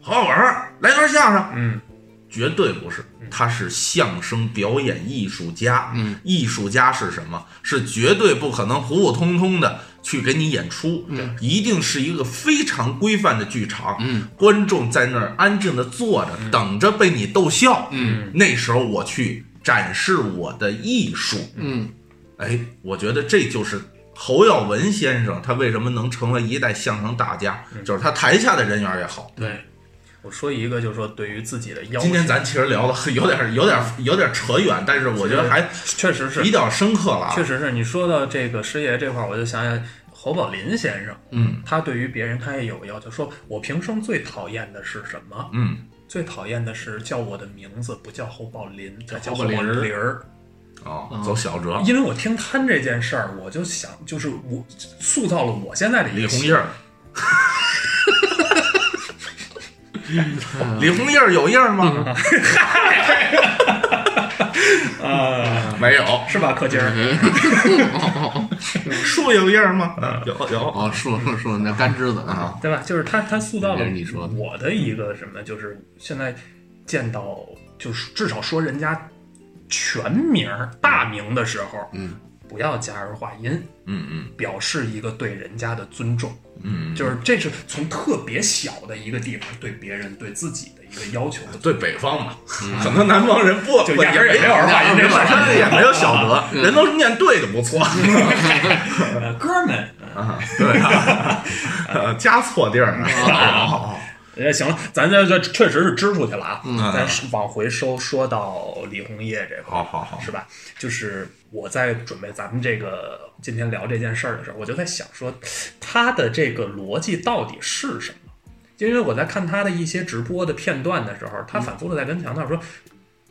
A: 好好玩儿，来段相声。”
B: 嗯，
A: 绝对不是，他是相声表演艺术家。
C: 嗯，
A: 艺术家是什么？是绝对不可能普普通通的去给你演出，
C: 嗯
A: 一定是一个非常规范的剧场。
C: 嗯，
A: 观众在那儿安静的坐着，等着被你逗笑。
C: 嗯，
A: 那时候我去展示我的艺术。
C: 嗯，
A: 哎，我觉得这就是侯耀文先生他为什么能成为一代相声大家，
C: 嗯
A: 就是他台下的人缘也好。
B: 对。我说一个，就是说对于自己的要求，
A: 今天咱其实聊的有点、有点、有点扯远，但是我觉得还
B: 确实是
A: 比较深刻了啊。
B: 确实是你说到这个师爷这块儿，我就想想侯宝林先生，
A: 嗯，
B: 他对于别人他也有要求，说我平生最讨厌的是什么？
A: 嗯，
B: 最讨厌的是叫我的名字不叫侯宝林，他叫
C: 侯
B: 侯
C: 宝
B: 宝
C: 林儿
B: 林儿。
A: 哦，走小辙，
B: 因为我听贪这件事儿，我就想，就是我塑造了我现在的一
A: 李
B: 个
A: 红
B: 形
A: 叶 儿。李红叶儿有叶儿 吗？
B: 啊，
A: 没有。
B: 是吧，柯基儿？
A: 树有叶儿吗？有有。
C: 哦，说说说那干枝子啊，
B: 对吧？就是他他塑造了
C: 这是你说的
B: 我的一个什么，就是现在见到就是至少说人家全名儿大名的时候，
C: 嗯，
B: 不要加儿化音，
A: 嗯嗯
B: 表示一个对人家的尊重，
A: 嗯，
B: 就是这是从特别小的一个地方对别人对自己的一个要求。
A: 对北方嘛，可能南方嗯人不
B: 就
A: 不
B: 压根儿也没有儿化音这事
A: 本身也
B: 儿，
A: 没有小德，人都念对就不错。
B: 呃 哥们，
A: 啊，对啊，呃加错地儿哎了。
B: 呃，行了，咱这个确实是支出去了啊，
A: 嗯
B: 咱往回收，说到李红叶这块
A: 好
B: 儿，
A: 好好，
B: 是吧？就是我在准备咱们这个今天聊这件事儿的时候，我就在想说，他的这个逻辑到底是什么？因为我在看他的一些直播的片段的时候，他反复的在跟强调说，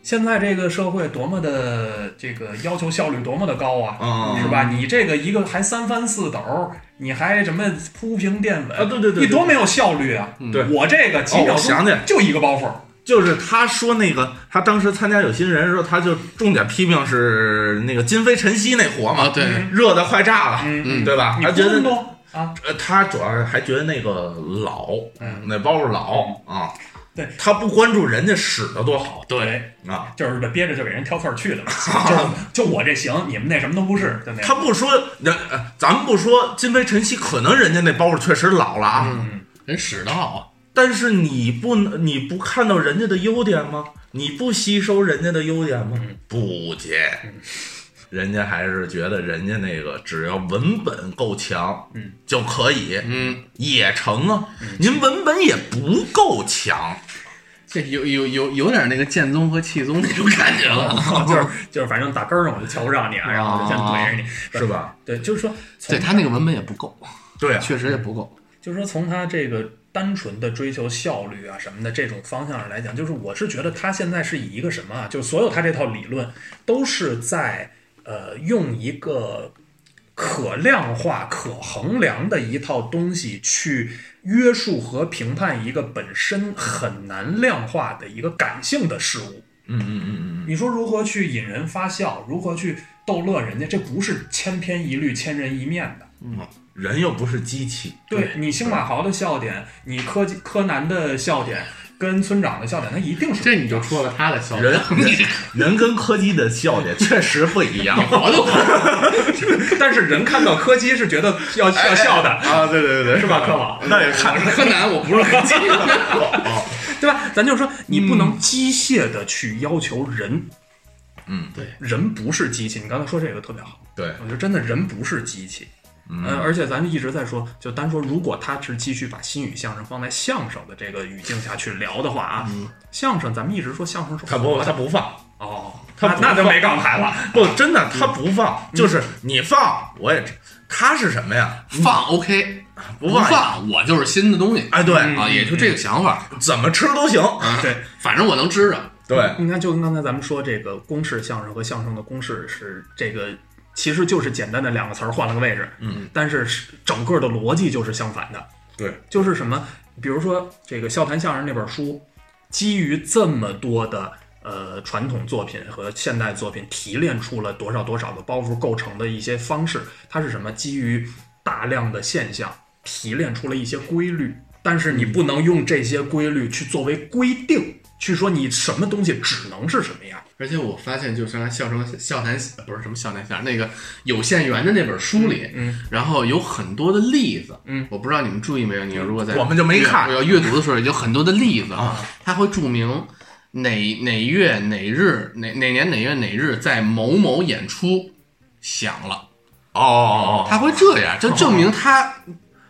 B: 现在这个社会多么的这个要求效率多么的高啊，
A: 嗯
B: 是吧？你这个一个还三翻四抖，你还什么铺平垫稳
A: 啊对对对对
B: 你多没有效率啊！
A: 对
B: 我这个几
A: 哦
B: 秒
A: 我想起
B: 钟
A: 来
B: 就一个包袱，
A: 就是他说那个，他当时参加有新人的时候，他就重点批评是那个金飞晨曦那火
C: 啊，
A: 嘛，
C: 对，
A: 热的快炸了，
B: 哦嗯
A: 对吧？
B: 你
A: 他
B: 铺
A: 觉
B: 那么
A: 得，
B: 多啊，
A: 呃，他主要是还觉得那个老，
B: 嗯
A: 那包袱老啊，
B: 对
A: 他不关注人家使得多好
B: 对。
A: 啊，
B: 就是憋着就给人挑刺 儿去了嘛，就就我这行，你们那什么都不是，就那
A: 他
B: 样。
A: 不说，人呃咱们不说金飞晨曦，可能人家那包袱确实老了
B: 嗯
A: 啊，
C: 人使得好，啊
A: 但是你不能你不看到人家的优点吗？你不吸收人家的优点吗？不接，人家还是觉得人家那个只要文本够强，
B: 嗯，
A: 就可以，
C: 嗯，
A: 也成啊。您文本也不够强，
C: 这有有有有点那个剑宗和气宗那种感觉了，
B: 就是就是，反正打根儿上我就瞧不上你啊，然后我就先怼着你，
A: 哦是？吧？
B: 对，就是说，
C: 对他那个文本也不够，
A: 对啊，
C: 确实也不够，
B: 就是说从他这个单纯的追求效率啊什么的这种方向上来讲，就是我是觉得他现在是以一个什么啊，就是所有他这套理论都是在呃用一个可量化、可衡量的一套东西去约束和评判一个本身很难量化的一个感性的事物。
A: 嗯嗯嗯嗯
B: 你说如何去引人发笑，如何去逗乐人家，这不是千篇一律、千人一面的。
A: 嗯，人又不是机器，
B: 对你星马豪的笑点，你柯基柯南的笑点，跟村长的笑点，它一定是
C: 这你就说了他的小
A: 人人人跟柯基的笑点确实不一样。
C: 我都
B: 但是人看到柯基是觉得要要笑的，
A: 啊，对对对，
B: 是吧，柯老？
A: 那也看
C: 是柯南，我不 是柯基，
B: 对吧？咱就说你不能机械的去要求人，
A: 嗯，
C: 对，
B: 人不是机器。你刚才说这个特别好，
A: 对，
B: 我觉得真的人不是机器。嗯，而且咱们一直在说，就单说如果他是继续把新语相声放在相声的这个语境下去聊的话啊，相声咱们一直说相声是
A: 嗯他
B: 活
A: 不
B: 的
A: 他不放，
B: 哦，
A: 他
B: 那
A: 不
B: 那就
A: 放
B: 没港台了。 啊嗯
A: 不，真的，他不放，就是你放我也知，他是什么呀？
C: 放 OK，
A: 不
C: 放
A: 放
C: 我就是新的东西
A: 哎，对，
B: 嗯
C: 啊，也就这嗯个想法。
A: 怎么吃都行。
B: 对，
C: 反正我能知道，
A: 对，
B: 你看，就刚才咱们说这个公式相声和相声的公式是这个，其实就是简单的两个词儿换了个位置，嗯，但是是整个的逻辑就是相反的，
A: 对，
B: 就是什么，比如说这个《笑谈相声》那本书，基于这么多的呃传统作品和现代作品提炼出了多少多少的包袱构成的一些方式，它是什么？基于大量的现象提炼出了一些规律，
A: 嗯
B: 但是你不能用这些规律去作为规定，去说你什么东西只能是什么样。
C: 而且我发现，就是原来笑声笑谈不是什么笑谈相声，那个有限元的那本书里，嗯，然后有很多的例子，嗯，我不知道你们注意没有，你如果在
A: 我们就没看
C: 要阅读的时候有很多的例子啊，它会注明哪哪月哪日哪哪年哪月哪日在某某演出响了，
A: 哦，
C: 他会这样，就证明他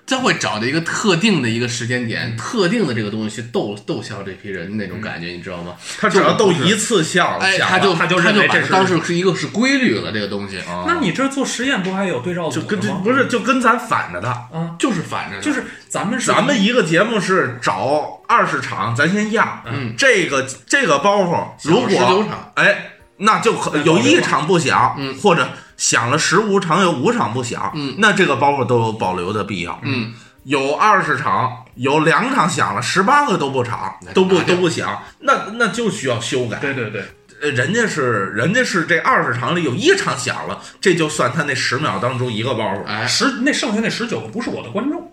C: 他会找到一个特定的一个时间
A: 嗯
C: 点，特定的这个东西去逗逗笑这批人那种感觉，你知道吗？
A: 他只要逗一次笑，
C: 哎，
A: 想
C: 他就
A: 了
B: 他就
C: 他
B: 认
C: 就
B: 为
C: 把
B: 这
C: 它
B: 是
C: 当成是一个是规律了，这个东西啊，
B: 那你这做实验不还有对照组
A: 哦就跟
B: 的
A: 这
B: 吗？
A: 不是就跟咱反着他。
B: 啊，
C: 就是反着的
B: 就是咱们是
A: 咱们一个节目是找二十场，咱先压，
C: 嗯
A: 这个这个包袱，如果
C: 小19场
A: 哎，那就可有一场不响，或者响了十五场有五场不响，
C: 嗯
A: 那这个包袱都有保留的必要，
C: 嗯，
A: 有二十场，有两场响了，十八个都不场，都不
C: 那就拿掉
A: 都不响，那那就需要修改。
B: 对对对，
A: 呃人家是人家是这二十场里有一场响了，这就算他那十秒当中一个包袱，
C: 哎，
B: 十那剩下那十九个不是我的 观众，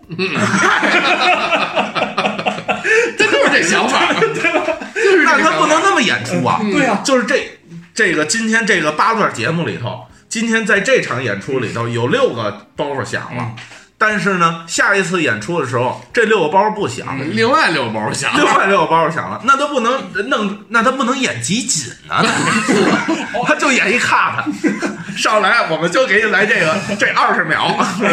C: 这就是这想 法， 就是这
A: 那
C: 个
A: 他
C: 想
A: 不能
C: 法。
A: 那么演出
C: 嗯
A: 啊！
B: 对啊
A: 就是这这个今天这个八段节目里头，今天在这场演出里头有六个包袱响
C: 嗯
A: 了，但是呢，下一次演出的时候，这六个包袱不响了。
C: 另外六包想
A: 另外六个包袱响了，那都不能弄，那他不能演集锦 啊，他就演一卡的，上来我们就给你来这个这二十秒，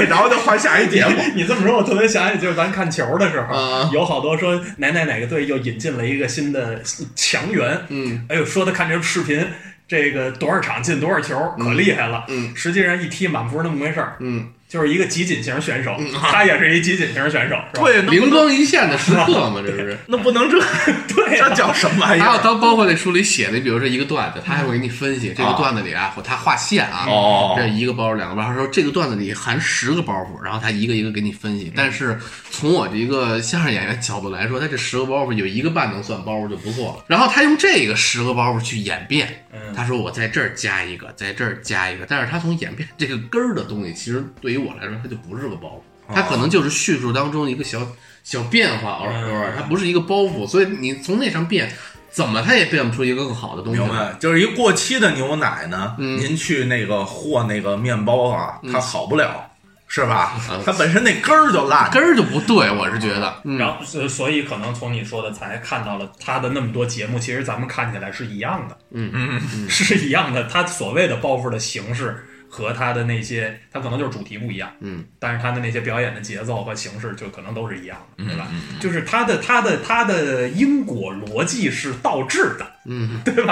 A: 然后就换下一节 目。
B: 你这么说，我特别想起就是咱看球的时候，
C: 啊
B: 有好多说哪哪哪个队又引进了一个新的强援，
C: 嗯，
B: 哎呦，说的看这视频，这个多少场进多少球，可厉害了，
C: 嗯，
B: 实际上一踢满不是那么回事儿，
C: 嗯，
B: 就是一个集锦型选手，他也是一集锦型选手，是吧？
A: 对，那
C: 灵光一现的时刻 嘛，这不是？
A: 那不能这，
B: 对
A: 这叫什么玩意
C: 啊还有
A: 儿？
C: 他包括那书里写的，比如说一个段子，他还会给你分析这个段子里啊，他画线啊，
A: 哦
C: 这一个包袱两个包袱，他说这个段子里含十个包袱，然后他一个一个给你分析。但是从我这个相声演员角度来说，他这十个包袱有一个半能算包袱就不错了。然后他用这个十个包袱去演变，
A: 嗯
C: 他说我在这儿加一个，在这儿加一个，但是他从演变这个根儿的东西，其实对于我来说，它就不是个包袱。
A: 哦
C: 它可能就是叙述当中一个小小变化，偶
A: 嗯
C: 尔偶尔，它不是一个包袱，所以你从那上变，怎么它也变不出一个更好的东西
A: 明
C: 来。
A: 白，就是一过期的牛奶呢，您去那个和那个面包啊，它好不了，是吧？它本身啊那根儿就烂
C: 根。儿就不对，我是觉得，嗯，
B: 然后，所所以可能从你说的才看到了他的那么多节目，其实咱们看起来是一样的，
C: 嗯
B: 嗯， 是一样的。他所谓的包袱的形式和他的那些，他可能就是主题不一样，
C: 嗯，
B: 但是他的那些表演的节奏和形式就可能都是一样的，
C: 嗯
B: 对吧？就是他的他的他的因果逻辑是倒置的，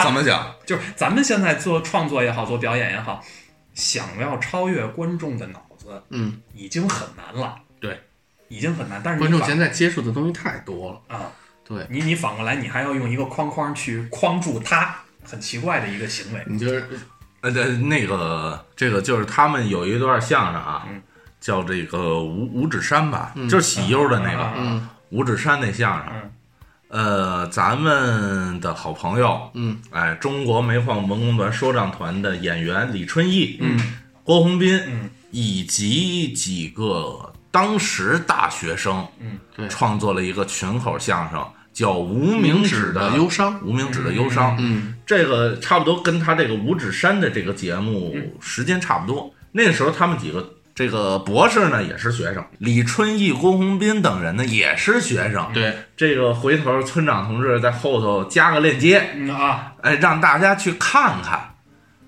A: 怎么讲？
B: 就是咱们现在做创作也好，做表演也好，想要超越观众的脑子，
C: 嗯，
B: 已经很难了，
C: 对，
B: 已经很难。但是你
C: 观众
B: 反
C: 现在接触的东西太多了，
B: 啊。
C: 对，
B: 你你反过来，你还要用一个框框去框住他，很奇怪的一个行为。
C: 你就是
A: 呃，这那个这个就是他们有一段相声啊，叫这个五五指山吧，就是喜忧的那个、
C: 嗯
A: 五指山那相声。
B: 嗯
A: 呃，咱们的好朋友，
C: 嗯，
A: 哎，中国煤矿文工团说唱团的演员李春义，嗯，郭宏斌，
B: 嗯，
A: 以及几个当时大学生，嗯，
C: 对
A: 创作了一个群口相声，叫《无名指的
C: 忧伤
A: 无名指的忧伤，
C: 嗯，
A: 这个差不多跟他这个五指山的这个节目时间差不多。那个时候他们几个这个博士呢也是学生，李春义、郭宏斌等人呢也是学生。
C: 对，
A: 这个回头村长同志在后头加个链接，
B: 嗯啊，
A: 哎，让大家去看看。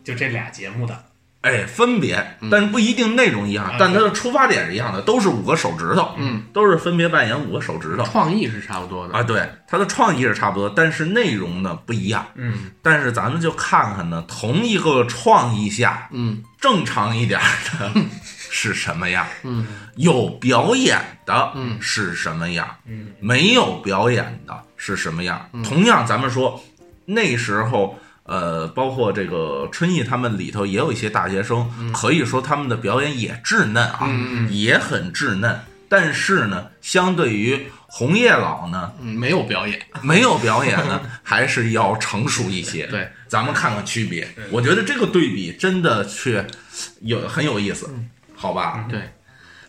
B: 就这俩节目的
A: 哎，分别，
C: 嗯
A: 但是不一定内容一
C: 啊
A: 样，但它的出发点是一样的，都是五个手指头，嗯，都是分别扮演五个手指头
C: 创意是差不多的
A: 啊。对，它的创意是差不多，但是内容呢不一样，嗯。但是咱们就看看呢，同一个创意下，
C: 嗯，
A: 正常一点的是什么样，嗯，有表演的，
C: 嗯
A: 是什么样，嗯，没有表演的是什么样。同样，咱们说那时候，呃，包括这个春意他们里头也有一些大学生，可以说他们的表演也稚嫩啊，也很稚嫩。但是呢，相对于红叶老呢，
C: 嗯，没有表演，
A: 没有表演呢，还是要成熟一些。
C: 对，
A: 咱们看看区别。我觉得这个对比真的去有很有意思，
C: 嗯
A: 好吧？
C: 对。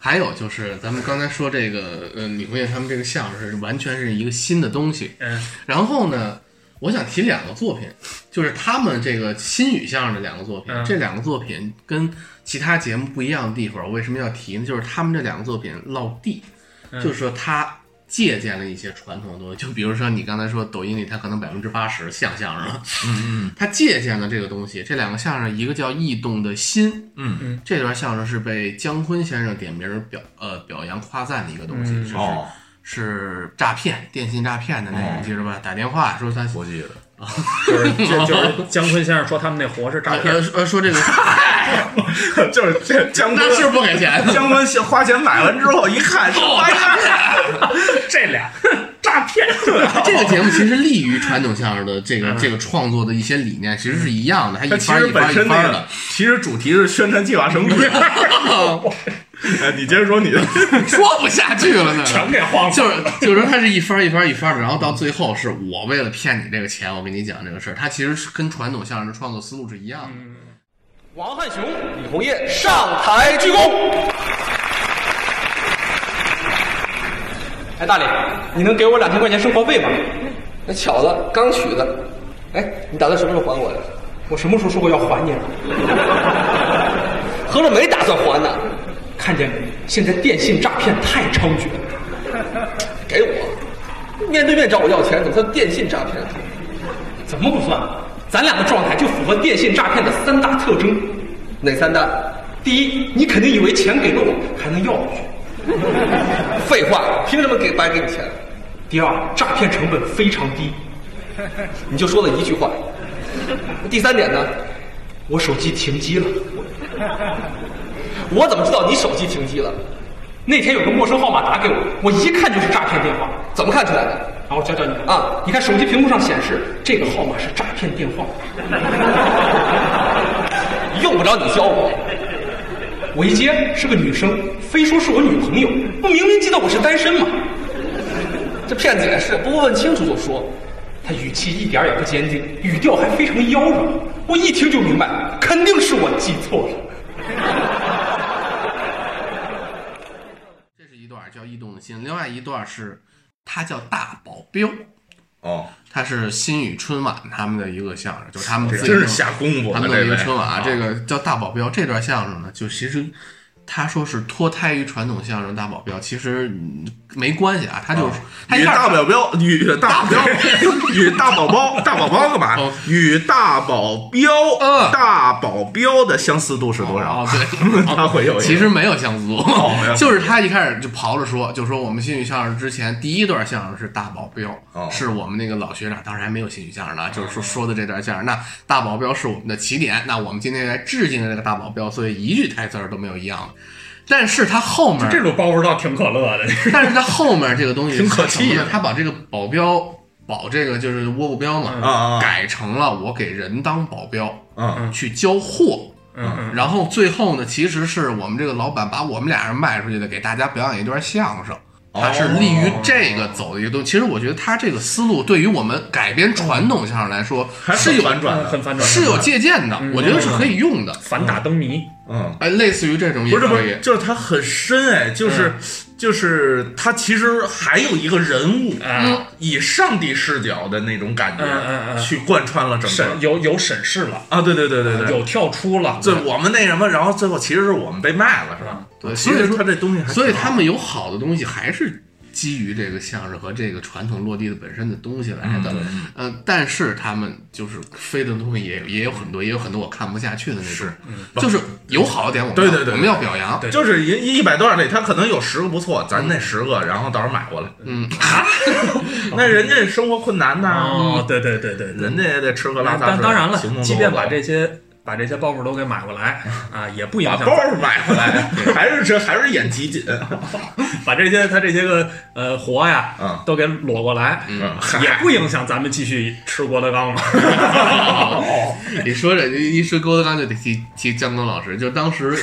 C: 还有就是，咱们刚才说这个，呃，李红叶他们这个相声是完全是一个新的东西。
B: 嗯，
C: 然后呢，我想提两个作品，就是他们这个新语相声的两个作品。
B: 嗯
C: 这两个作品跟其他节目不一样的地方，我为什么要提呢？就是他们这两个作品落地，就是说他借鉴了一些传统的东西，就比如说你刚才说抖音里，他可能百分之八十像相声了，嗯嗯，他借鉴了这个东西。这两个相声，一个叫《驿动的心》，
A: 嗯，
C: 这段相声是被姜昆先生点名表呃表扬夸赞的一个东西，是
A: 哦，
C: 是诈骗，电信诈骗的那个，你记着吧？打电话说他
A: 我记得。
B: 就是就就是姜昆先生说他们那活是诈骗
C: 呃，呃说这个， 嗯
A: 就是这姜昆
C: 那是不给 钱的。
A: 姜昆先花钱买完之后一看，这玩意儿，
B: 这俩 诈骗，
C: 这个节目其实立于传统相声的这个这个创作的一些理念，其实是一样的，它
A: 嗯
C: 一
A: 它其
C: 番
A: 实
C: 一番
A: 本
C: 一
A: 身那
C: 番
A: 个
C: 的。，
A: 其实主题是宣传计划 生育。哎你接着说你的，
C: 说不下去了 呢，
B: 全给慌了。
C: 就是就是说它是一番一番一番的，然后到最后是我为了骗你这个钱，我跟你讲这个事儿，它其实是跟传统相声的创作思路是一样的。
J: 王汉雄、李红叶上台鞠躬。哎，大李，你能给我两千块钱生活费吗？那哎巧了，刚取的。哎，你打算什么时候还我呀？我什么时候说过要还你了？啊合着没打算还呢。看见没？现在电信诈骗太猖獗了。给我，面对面找我要钱，怎么算电信诈骗？怎么不算？咱俩的状态就符合电信诈骗的三大特征。哪三大？第一，你肯定以为钱给了我还能要回去。 废话，凭什么给白给你钱？啊第二，诈骗成本非常低。 你就说了一句 话。第三点呢，我手机停机了。 我怎么知道你手机停机了？那天有个陌生号码打给我，我一看就是诈骗电话。怎么看出来的？啊，我教教你啊！你看手机屏幕上显示这个号码是诈骗电话，用不着你教我。我一接是个女生，非说是我女朋友，不明明记得我是单身吗？这骗子也是不问清楚就说，他语气一点也不坚定，语调还非常妖娆，我一听就明白，肯定是我记错了。
C: 这是一段叫《驿动的心》，另外一段是它叫《大保镖》，
A: 哦，哦
C: 它是新宇春晚他们的一个相声，就是他们自己
A: 真是下功夫啊
C: 他们弄一
A: 这
C: 个
A: 位
C: 春晚啊，这个叫《大保镖》这段相声呢，就其实他说是脱胎于传统相声《大保镖》，其实嗯没关系啊，他
A: 哦
C: 就是他一
A: 与大
C: 下
A: 保镖，与大保镖， 与大宝宝，大宝宝干嘛
C: 哦？
A: 与大保镖
C: 嗯，
A: 大保镖的相似度是多少
C: 哦？ 对
A: 他会有一个哦
C: 其实没有相似度
A: 没有，
C: 就是他一开始就刨着说，就说我们新语相声之前第一段相声是大保镖
A: 哦，
C: 是我们那个老学长，当时还没有新语相声呢，就是说说的这段相声。那大保镖是我们的起点，那我们今天来致敬这个大保镖，所以一句台词儿都没有一样的。但是他后面，
B: 这种包袱倒挺可乐的，
C: 但是他后面这个东西
A: 挺可
C: 是什么
A: 气
C: 呢
A: 的
C: 他把这个保镖。保这个就是窝不镖
B: 嗯
C: 嘛，
A: 啊啊
C: 改成了我给人当保镖，
A: 嗯
C: 去交货，
B: 嗯嗯，
C: 然后最后呢，其实是我们这个老板把我们俩人卖出去的，给大家表演一段相声。他是利于这个走的一个东西。其实我觉得他这个思路对于我们改编传统相声来说
A: 还
C: 是有呃
A: 反转的，
B: 很反转，
C: 是有借鉴的，
B: 嗯
C: 我觉得是可以用的。
B: 反打灯谜，
A: 嗯。
C: 哎，类似于这种也
A: 不是不
C: 可以嗯
A: 是，。就是它很深哎，就是、就是它其实还有一个人物，
C: 啊
B: 嗯
A: 以上帝视角的那种感觉，
B: 嗯嗯嗯
A: 去贯穿了整
B: 审
A: 个
B: 有有审视了，
A: 啊，对对对对对，
B: 有跳出了，
A: 最我们那什么，然后最后其实是我们被卖了，是吧？
C: 对
A: 其
C: 嗯 所以
A: 实
C: 说
A: 它这东西还挺好，
C: 所以他们有好的东西，还是基于这个相声和这个传统落地的本身的东西来的。嗯、呃，但是他们就是非的东西也有也有很多，也有很多我看不下去的那种，就是有好的点我们
A: 嗯对
C: 要
A: 对对
C: 我们要表扬，
A: 就是一一一百多少那，他可能有十个不错，咱那十个，然后到时候买过来。嗯， 那人家生活困难呐，
B: 哦，对对对对对。
A: 人家也得吃喝拉撒睡。
B: 但当然了
A: 行动，
B: 即便把
A: 多
B: 这些把这些包袱都给买过 来啊，也不影
A: 把
B: 响
A: 包儿买回来，还是这还是演集锦，
B: 把这些他这些个呃活呀，
A: 嗯
B: 都给裸过来，
A: 啊
B: 也不影响咱们继续吃郭德纲嘛。
C: 你说这一说郭德纲就得提提江东老师，就当时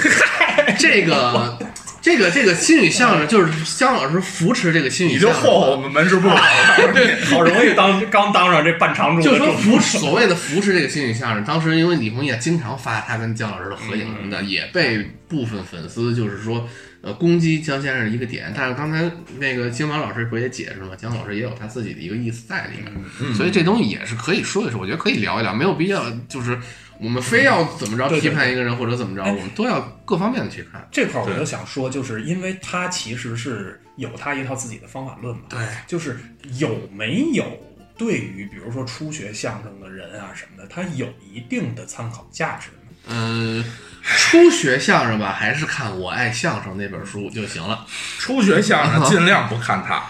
C: 这个这个这个新语相声，就是姜老师扶持这个新
A: 你
C: 语
A: 就
C: 相
A: 霍霍我
C: 声。
A: 们门市部
B: 啊
A: 了。
B: 好容易当刚当上这半常驻
C: 就
B: 的
C: 说
B: 主，
C: 扶持所谓的扶持这个新语相声，当时因为李宏也经常发他跟姜老师的合影什么的，也被部分粉丝就是说，呃，攻击姜先生一个点。但是刚才那个金毛老师不也解释了吗？姜老师也有他自己的一个意思在里面，所以这东西也是可以说一说，我觉得可以聊一聊，没有必要就是我们非要怎么着批判一个人或者怎么着，我们都要各方面的去看。
B: 这块儿我就想说，就是因为他其实是有他一套自己的方法论嘛，
C: 对，
B: 就是有没有对于比如说初学相声的人啊什么的，他有一定的参考价值吗？
C: 嗯，初学相声吧，还是看《我爱相声》那本书就行了。
A: 初学相声尽量不看 它，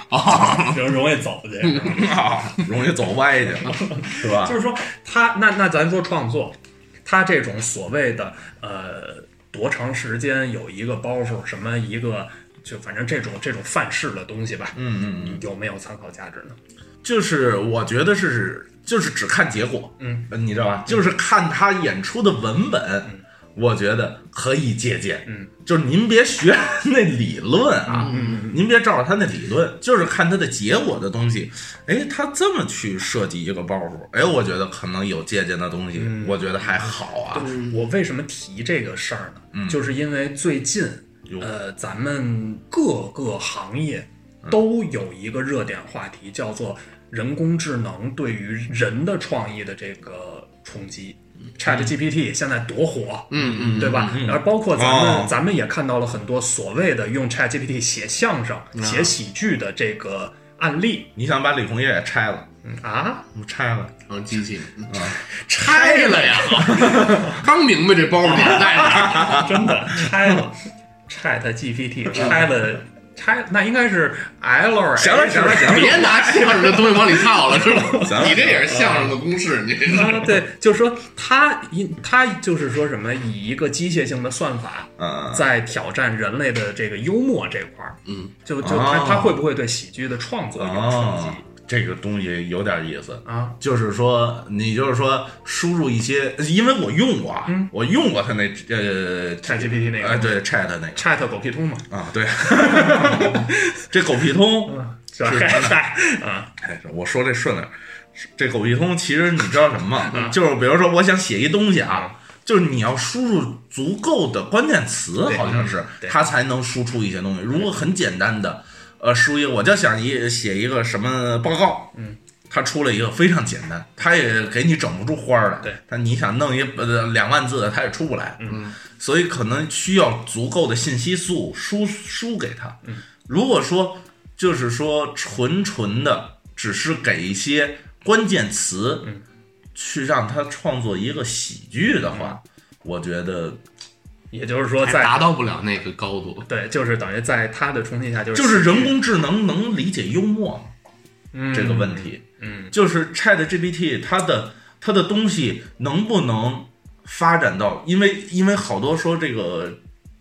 B: 比如容易走去，
A: 啊，容易走歪去了，是吧
B: 就？是说他那那咱说创作，他这种所谓的呃多长时间有一个包袱，什么一个就反正这种这种范式的东西吧，
A: 嗯嗯嗯，
B: 有没有参考价值呢？
A: 就是我觉得是就是只看结果，
B: 嗯，
A: 你知道吧？就是看他演出的文本，我觉得可以借鉴，
B: 嗯，
A: 就是您别学那理论啊，
B: 嗯
A: 您别照着他那理论，就是看他的结果的东西。哎，他这么去设计一个包袱，哎，我觉得可能有借鉴的东西，
B: 嗯
A: 我觉得还好啊，
C: 嗯
B: 我为什么提这个事儿呢？就是因为最近
A: 哟
B: 呃，咱们各个行业都有一个热点话题，叫做人工智能对于人的创意的这个冲击。Chat GPT 现在多火，
C: 嗯嗯嗯，
B: 对吧？而包括咱们、
A: 哦
B: 咱们也看到了很多所谓的用 Chat GPT 写相声、
C: 啊
B: 写喜剧的这个案例
A: 你想把李红叶也拆了，
B: 嗯啊。
A: 拆了，
C: 然后机器拆了 呀，刚明白这包袱年代呢。
B: 真的拆了 Chat
A: 嗯
B: GPT，拆了拆，那应该是 L。
A: 行了行了行了，
C: 别拿相声的东西往里套了，是吧
A: 行？了
C: 你这也是相声的公式，你这是。
B: 啊，对，就是说他一他就是说什么以一个机械性的算法
A: 嗯，
B: 在挑战人类的这个幽默这块儿，
C: 嗯，
B: 就就他、
A: 哦
B: 他会不会对喜剧的创作有冲击
A: 哦，这个东西有点意思。
B: 啊？
A: 就是说，你就是说输入一些，因为我用过啊，我用过他那呃
B: ChatGPT 那个
A: 哎对 Chat 那个
B: Chat 狗屁通嘛，
A: 啊，对， 这狗屁通，
B: 是 吧？嗨嗨啊，
A: 哎，我说这顺溜儿，这狗屁通其实你知道什么吗？ 就是比如说我想写一东西啊。就是你要输入足够的关键词，好像是
B: 对
A: 它才能输出一些东西。如果很简单的，呃，输一个我就想一写一个什么报告，嗯，它出了一个非常简单，它也给你整不出花儿来。
B: 对，
A: 但你想弄一呃两万字的，它也出不来。嗯，所以可能需要足够的信息素输输给它。嗯，如果说就是说纯纯的，只是给一些关键词，去让他创作一个喜剧的话，我觉得
B: 也就是说
C: 还
B: 在
C: 达到不了那个高度，
B: 对，就是等于在他的冲击下，就是
A: 就
B: 就是
A: 人工智能能理解幽默吗？这个问题，
B: 嗯，
A: 就是 Chat GPT 它的它的东西能不能发展到，因为因为好多说这个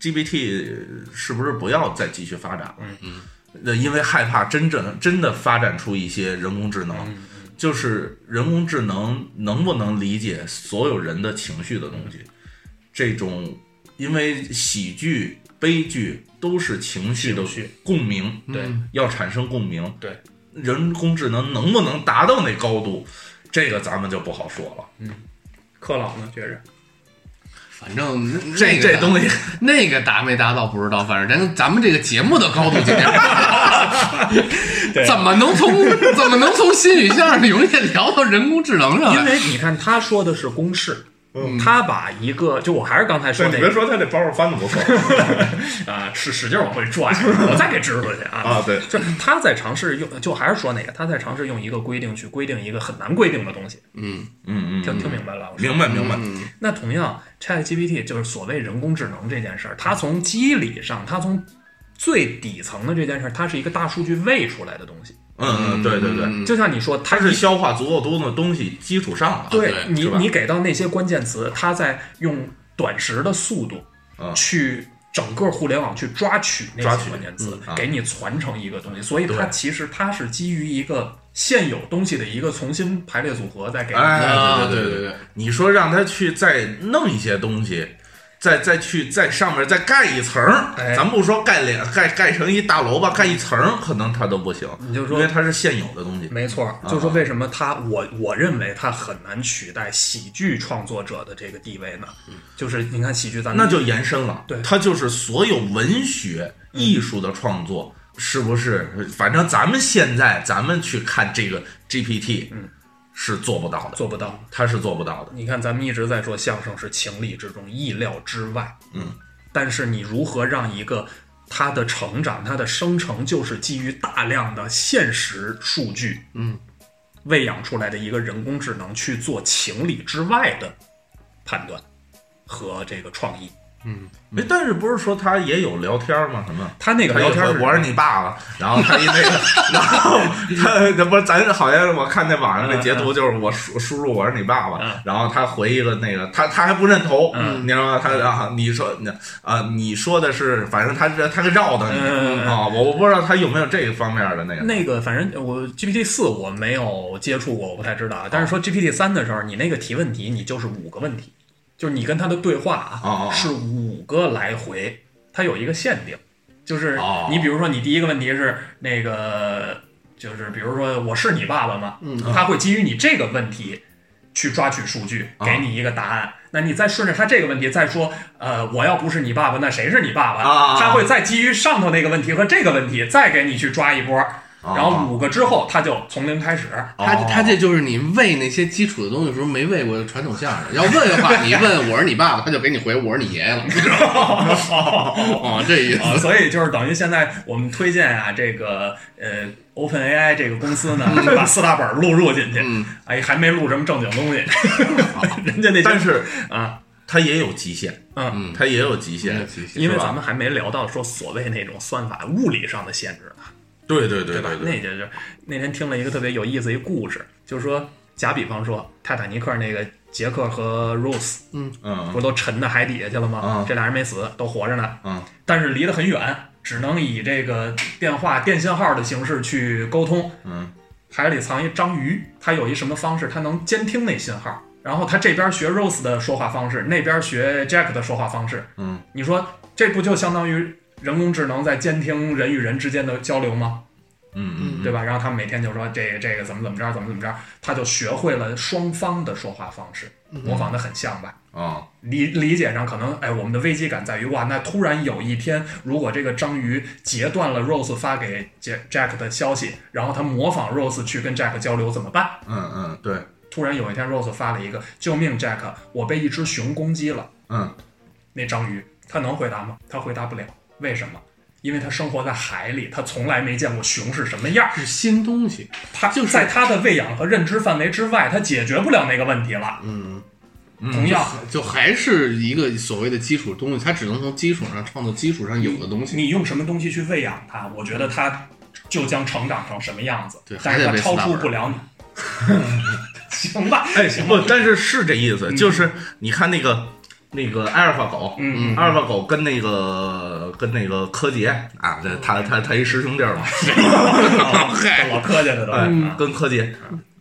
A: GPT 是不是不要再继续发展了？嗯嗯，因为害怕真正真的发展出一些人工智能。
B: 嗯
A: 就是人工智能能不能理解所有人的情绪的东西，这种因为喜剧、悲剧都是情绪的
B: 情绪
A: 共鸣，
B: 对
A: 要产生共鸣，
B: 对，
A: 人工智能能不能达到那高度，这个咱们就不好说了。
B: 克老呢，觉着
C: 反正那
A: 这
C: 那个
A: 哎这东西，
C: 那个达没达到不知道，反正咱咱们这个节目的高度今 天，怎么能从 怎么能从新语相声里永远聊到人工智能上来？
B: 因为你看他说的是公式，
A: 嗯
B: 他把一个就我还是刚才说
A: 对，你别
B: 那个
A: 说他这包袱翻的不错
B: 啊，使使劲往回 拽，我再给支回去啊
A: 啊，对，
B: 就是他在尝试用，就还是说那个，他在尝试用一个规定去规定一个很难规定的东西。
A: 嗯嗯
B: 听
A: 嗯，
B: 听明白了？我 说
A: 明白明白，
B: 那同样，ChatGPT 就是所谓人工智能这件事儿，它从机理上，它从最底层的这件事儿，它是一个大数据喂出来的东西。
A: 嗯嗯，对对对，
B: 就像你说，它
A: 它是消化足够多的东西基础上了，
B: 对
C: 对
B: 你
A: 啊是吧
B: 你给到那些关键词，它在用短时的速度
A: 嗯
B: 去整个互联网去抓取那
A: 抓
B: 些
A: 取
B: 关键词
A: 嗯啊，
B: 给你传承一个东西。所以它
A: 对
B: 其实它是基于一个现有东西的一个重新排列组合，再给你
A: 哎，
C: 啊
A: 对
C: 对
A: 对
C: 对对，
A: 你说让他去再弄一些东西，再再去在上面再盖一层儿，
B: 哎
A: 咱不说盖两盖盖成一大楼吧，盖一层儿可能他都不行，
B: 你就说
A: 因为它是现有的东西，
B: 没错，就是说为什么他我我认为他很难取代喜剧创作者的这个地位呢？就是你看喜剧咱们
A: 嗯那就延伸了，
B: 对
A: 它就是所有文学艺术的创作，是不是？反正咱们现在咱们去看这个 GPT，嗯，是做不到的，
B: 做不到。
A: 他是做不到的，
B: 你看咱们一直在说相声是情理之中、意料之外，
A: 嗯，
B: 但是你如何让一个他的成长、他的生成，就是基于大量的现实数据，嗯，喂养出来的一个人工智能去做情理之外的判断和这个创意。
A: 没。但是不是说他也有聊天吗？什么？
B: 他那个
A: 他
B: 聊
A: 有
B: 天
A: 说
B: 是
A: 我是你爸了，然后他一那个，然后他他不是咱好像我看那网上那截
B: 嗯
A: 图，就是我输输入我是你爸爸，然后他回一个那个他他还不认同，
B: 嗯
A: 你知道吗？他啊你说那啊你说的是反正他这他绕的
B: 嗯嗯
A: 你
B: 嗯
A: 啊，我我不知道他有没有这个方面的那个
B: 那个，反正我 GPT 四我没有接触过，我不太知道啊。但
A: 哦
B: 是说 GPT 三的时候，你那个提问题，你就是五个问题，就是你跟他的对话
A: 哦哦
B: 啊
A: 哦，
B: 是五个来回，它有一个限定，就是
A: 哦
B: 你比如说你第一个问题是那个，就是比如说我是你爸爸吗？
A: 嗯
B: 他会基于你这个问题。去抓取数据，
A: 哦
B: 给你一个答案。那你再顺着他这个问题再说，呃，我要不是你爸爸，那谁是你爸爸？
A: 啊
B: 他会再基于上头那个问题和这个问题，再给你去抓一波，
A: 啊
B: 然后五个之后，他就从零开始。
C: 他他这就是你喂那些基础的东西的时候没喂过的传统相声。要问的话，你一问我是你爸爸，他就给你回我是你爷爷了。哦，这意
B: 啊，
C: 思。
B: 所以就是等于现在我们推荐啊，这个呃，OpenAI 这个公司呢，
A: 嗯
B: 就把四大本儿录入进去，哎，还没录什么正经东西， 人家那些
A: 但是
B: 啊，
A: 他也有极限，
B: 嗯，
A: 他也有极限，
B: 因为
A: 是吧
B: 咱们还没聊到说所谓那种算法物理上的限制呢，
A: 对对对
B: 吧
A: 对？对，
B: 那就是那天听了一个特别有意思一故事，就是说，假比方说泰坦尼克那个杰克和 Rose，
A: 嗯
B: 不都沉到海底下去了吗？
A: 嗯
B: 这俩人没死，都活着呢。
A: 嗯，
B: 但是离得很远，只能以这个电话、电信号的形式去沟通。
A: 嗯，
B: 海里藏一章鱼，它有一什么方式？它能监听那信号。然后它这边学 Rose 的说话方式，那边学 Jack 的说话方式。
A: 嗯，
B: 你说这不就相当于人工智能在监听人与人之间的交流吗？
A: 嗯嗯，
B: 对吧？然后他们每天就说这个这个怎么怎么着，怎么怎么着，他就学会了双方的说话方式，模仿的很像吧？
A: 啊
B: 理理解上可能，哎，我们的危机感在于，哇，那突然有一天，如果这个章鱼截断了 Rose 发给 Jack Jack 的消息，然后他模仿 Rose 去跟 Jack 交流怎么办？
A: 嗯嗯对，
B: 突然有一天，Rose 发了一个“救命，Jack，我被一只熊攻击了
A: 嗯”，
B: 那章鱼他能回答吗？他回答不了，为什么？因为他生活在海里，他从来没见过熊是什么样儿，
C: 是新东西，
B: 他
C: 就是
B: 在他的喂养和认知范围之外，他解决不了那个问题了。嗯，同样，
C: 就还是一个所谓的基础东西，它只能从基础上创造基础上有的东西。
B: 你用什么东西去喂养它，我觉得它就将成长成什么样子。
C: 对
B: 但是它
C: 还得被
B: 超
C: 四大
B: 出
C: 本
B: 不了你。 行吧，
A: 哎，
B: 行吧
A: 不，，但是是这意思，就是你看那个那个阿尔法狗，
B: 嗯
A: 阿尔法狗跟那个跟那个柯洁啊，
B: 嗯
A: 这他他他一师兄弟儿嘛，
B: 嗨，老客气了都。
A: 哎
B: 啊，
A: 跟柯洁，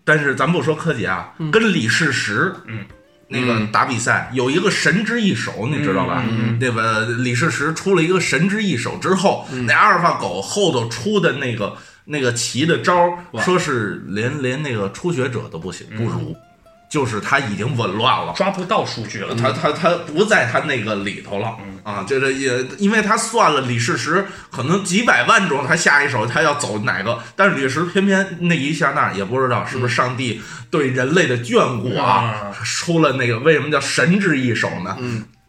A: 但是咱不说柯洁啊，跟李世石，
B: 嗯。嗯
A: 那个打比赛有一个神之一手，你知道吧？那个李世石出了一个神之一手之后，
B: 嗯
A: 那阿尔法狗后头出的那个
B: 嗯
A: 那个棋的招儿，说是连连那个初学者都不行不如，就是他已经紊乱了。
B: 抓不到数据了。
A: 他他他不在他那个里头了啊！这这也因为他算了李世石可能几百万种，他下一手他要走哪个，但是李世石偏偏那一下那儿也不知道是不是上帝对人类的眷顾啊，出了那个为什么叫神之一手呢？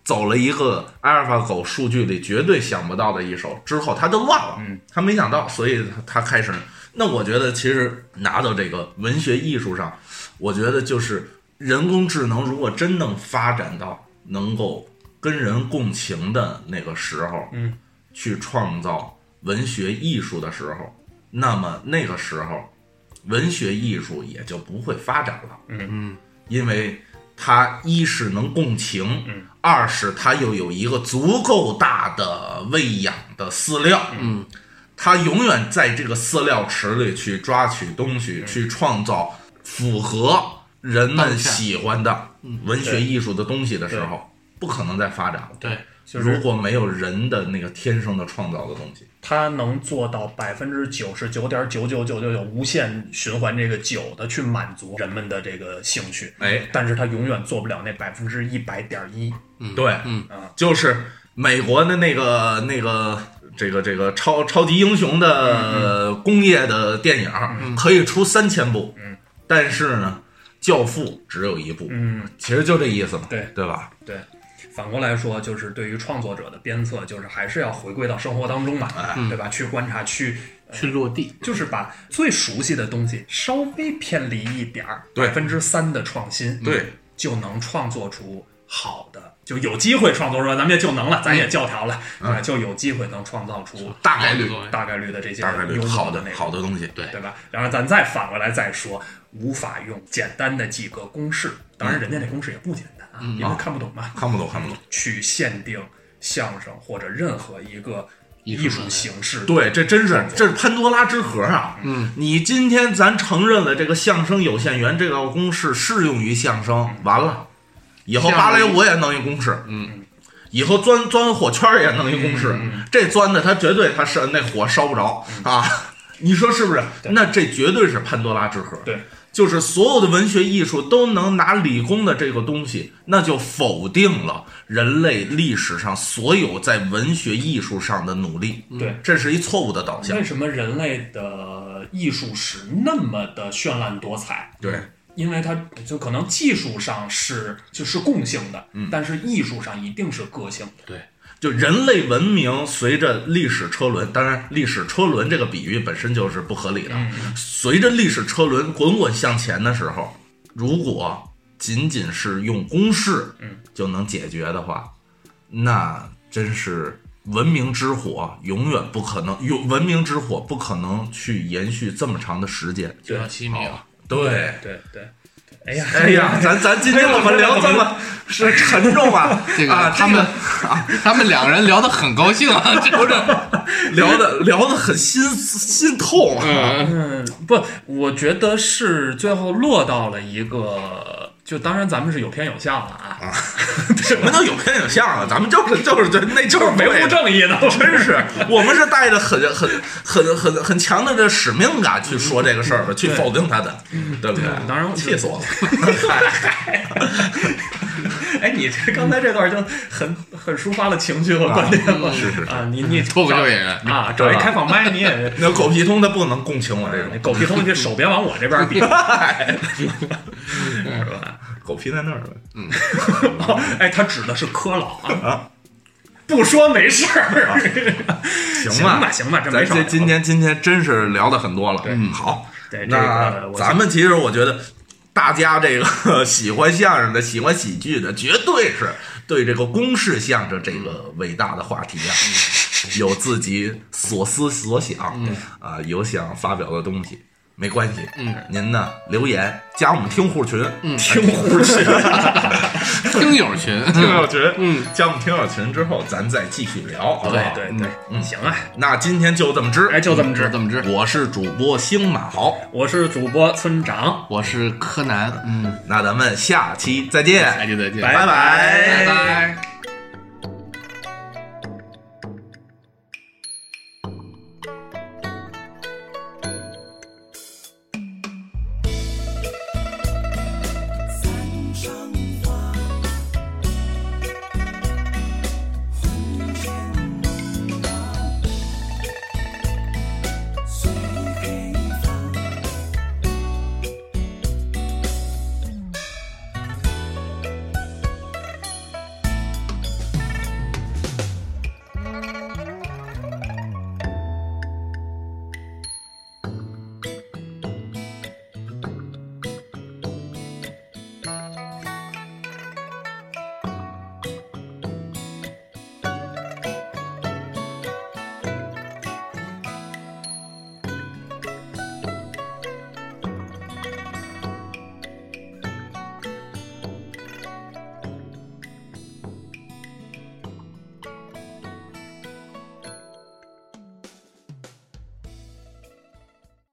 A: 走了一个阿尔法狗数据里绝对想不到的一手，之后他就乱了，他没想到，所以他他开始。那我觉得其实拿到这个文学艺术上，我觉得就是人工智能如果真能发展到能够跟人共情的那个时候，嗯，去创造文学艺术的时候，那么那个时候，文学艺术也就不会发展了，嗯嗯，因为它一是能共情，嗯，二是它又有一个足够大的喂养的饲料，嗯。它永远在这个饲料池里去抓取东西，去创造符合人们喜欢的文学艺术的东西的时候，不可能再发展了。
C: 对，
B: 就是
A: 如果没有人的那个天生的创造的东西，
B: 它能做到百分之九十九点九九九九九无限循环这个九的去满足人们的这个兴趣，
A: 哎，
B: 但是它永远做不了那百分之一百点一。
A: 对，嗯，就是美国的那个那个这个这个超超级英雄的工业的电影儿可以出三千部，嗯，但是呢，《教父》只有一部，
B: 嗯，
A: 其实就这意思嘛，
B: 对
A: 对吧？
B: 对。反过来说，就是对于创作者的鞭策，就是还是要回归到生活当中嘛，
A: 哎
B: 对吧？去观察，去呃
C: 去落地，
B: 就是把最熟悉的东西稍微偏离一点儿，
A: 对
B: 百分之三的创新，嗯
A: 对，
B: 就能创作出好的，就有机会创作出来。咱们也就能了，咱也教条了，对吧？就有机会能创造出
A: 嗯大概率
C: 好的
B: 大概率的这些
A: 大概率
B: 优秀
A: 好
B: 的
A: 的
B: 内容
A: 好的东西，对
B: 对吧？然后咱再反过来再说，无法用简单的几个公式，当
A: 嗯
B: 然人家那公式也不简单啊，因为看不懂嘛，
A: 看不懂看不懂。
B: 去限定相声或者任何一个艺术形式。
A: 对，这真是这是潘多拉之盒啊！嗯，你今天咱承认了这个相声有限元这个公式适用于相声，完了，以后芭蕾舞也弄一公式，嗯，以后钻钻火圈儿也弄一公式，这钻的它绝对它是那火烧不着啊！你说是不是？那这绝对是潘多拉之盒。
B: 对，
A: 就是所有的文学艺术都能拿理工的这个东西，那就否定了人类历史上所有在文学艺术上的努力。
B: 对，
A: 这是一错误的导向
B: 为。什么人类的艺术史那么的绚烂多彩？
A: 对，
B: 因为它就可能技术上是就是共性的，但是艺术上一定是个性的。
A: 就人类文明随着历史车轮，当然历史车轮这个比喻本身就是不合理的。随着历史车轮滚滚向前的时候，如果仅仅是用公式就能解决的话，那真是文明之火永远不可能，有文明之火不可能去延续这么长的时间。
C: 九到七秒，
A: 对，
B: 对对，哎呀，
A: 哎呀，咱咱今天我们聊这么 是沉重 啊，
C: 这个
A: 啊，
C: 他们啊，他们两个人聊得很高兴啊，这不是
A: 聊的聊的很心心痛啊，
B: 嗯， 不，我觉得是最后落到了一个，就当然咱们是有偏有向了啊，
A: 什么叫有偏有向啊？咱们就是就是就那就是
B: 维护
A: 对的。
B: 正义的，真是。
A: 我们是带着很很很很很强的这使命感去说这个事儿的，去否定他的，对不对？
B: 嗯当然我
A: 气死我了！
B: 哎，你这刚才这段就很很抒发了情绪和观点了，是是啊，你 你
C: 脱口秀演员，
B: 啊，找一开放麦你也。
A: 那狗屁通他不能共情我这
B: 那
A: 种
B: 狗屁东西手别往我这边 比，
A: 狗屁在那儿呗。
B: 哎，他指的是柯老啊，不说没事 儿，行
A: 吧
B: 吧行吧，这没
A: 咱
B: 什
A: 这
B: 么聊。
A: 今天今天真是聊的很多了，嗯，好，
B: 对这
A: 那
B: 个我
A: 咱们其实我觉得，大家这个喜欢相声的、喜欢喜剧的，绝对是对这个公式相声这个伟大的话题啊，
B: 嗯
A: 有自己所思所想啊，有想发表的东西。没关系，嗯，您呢留言加我们听户群，嗯，听户 群，
C: 听友群，
A: 听友群，嗯，加我们听友群之后，咱再继续聊，好不好？嗯
B: 对对对，行啊，
A: 那今天就这么支，
B: 哎，就这么
C: 就
B: 治
C: 这。嗯么治。
A: 我是主播星马豪，
B: 我是主播村长，
C: 我是柯南，嗯，
A: 那咱们下期再见，
C: 下期再见，
A: 拜拜
C: 拜拜。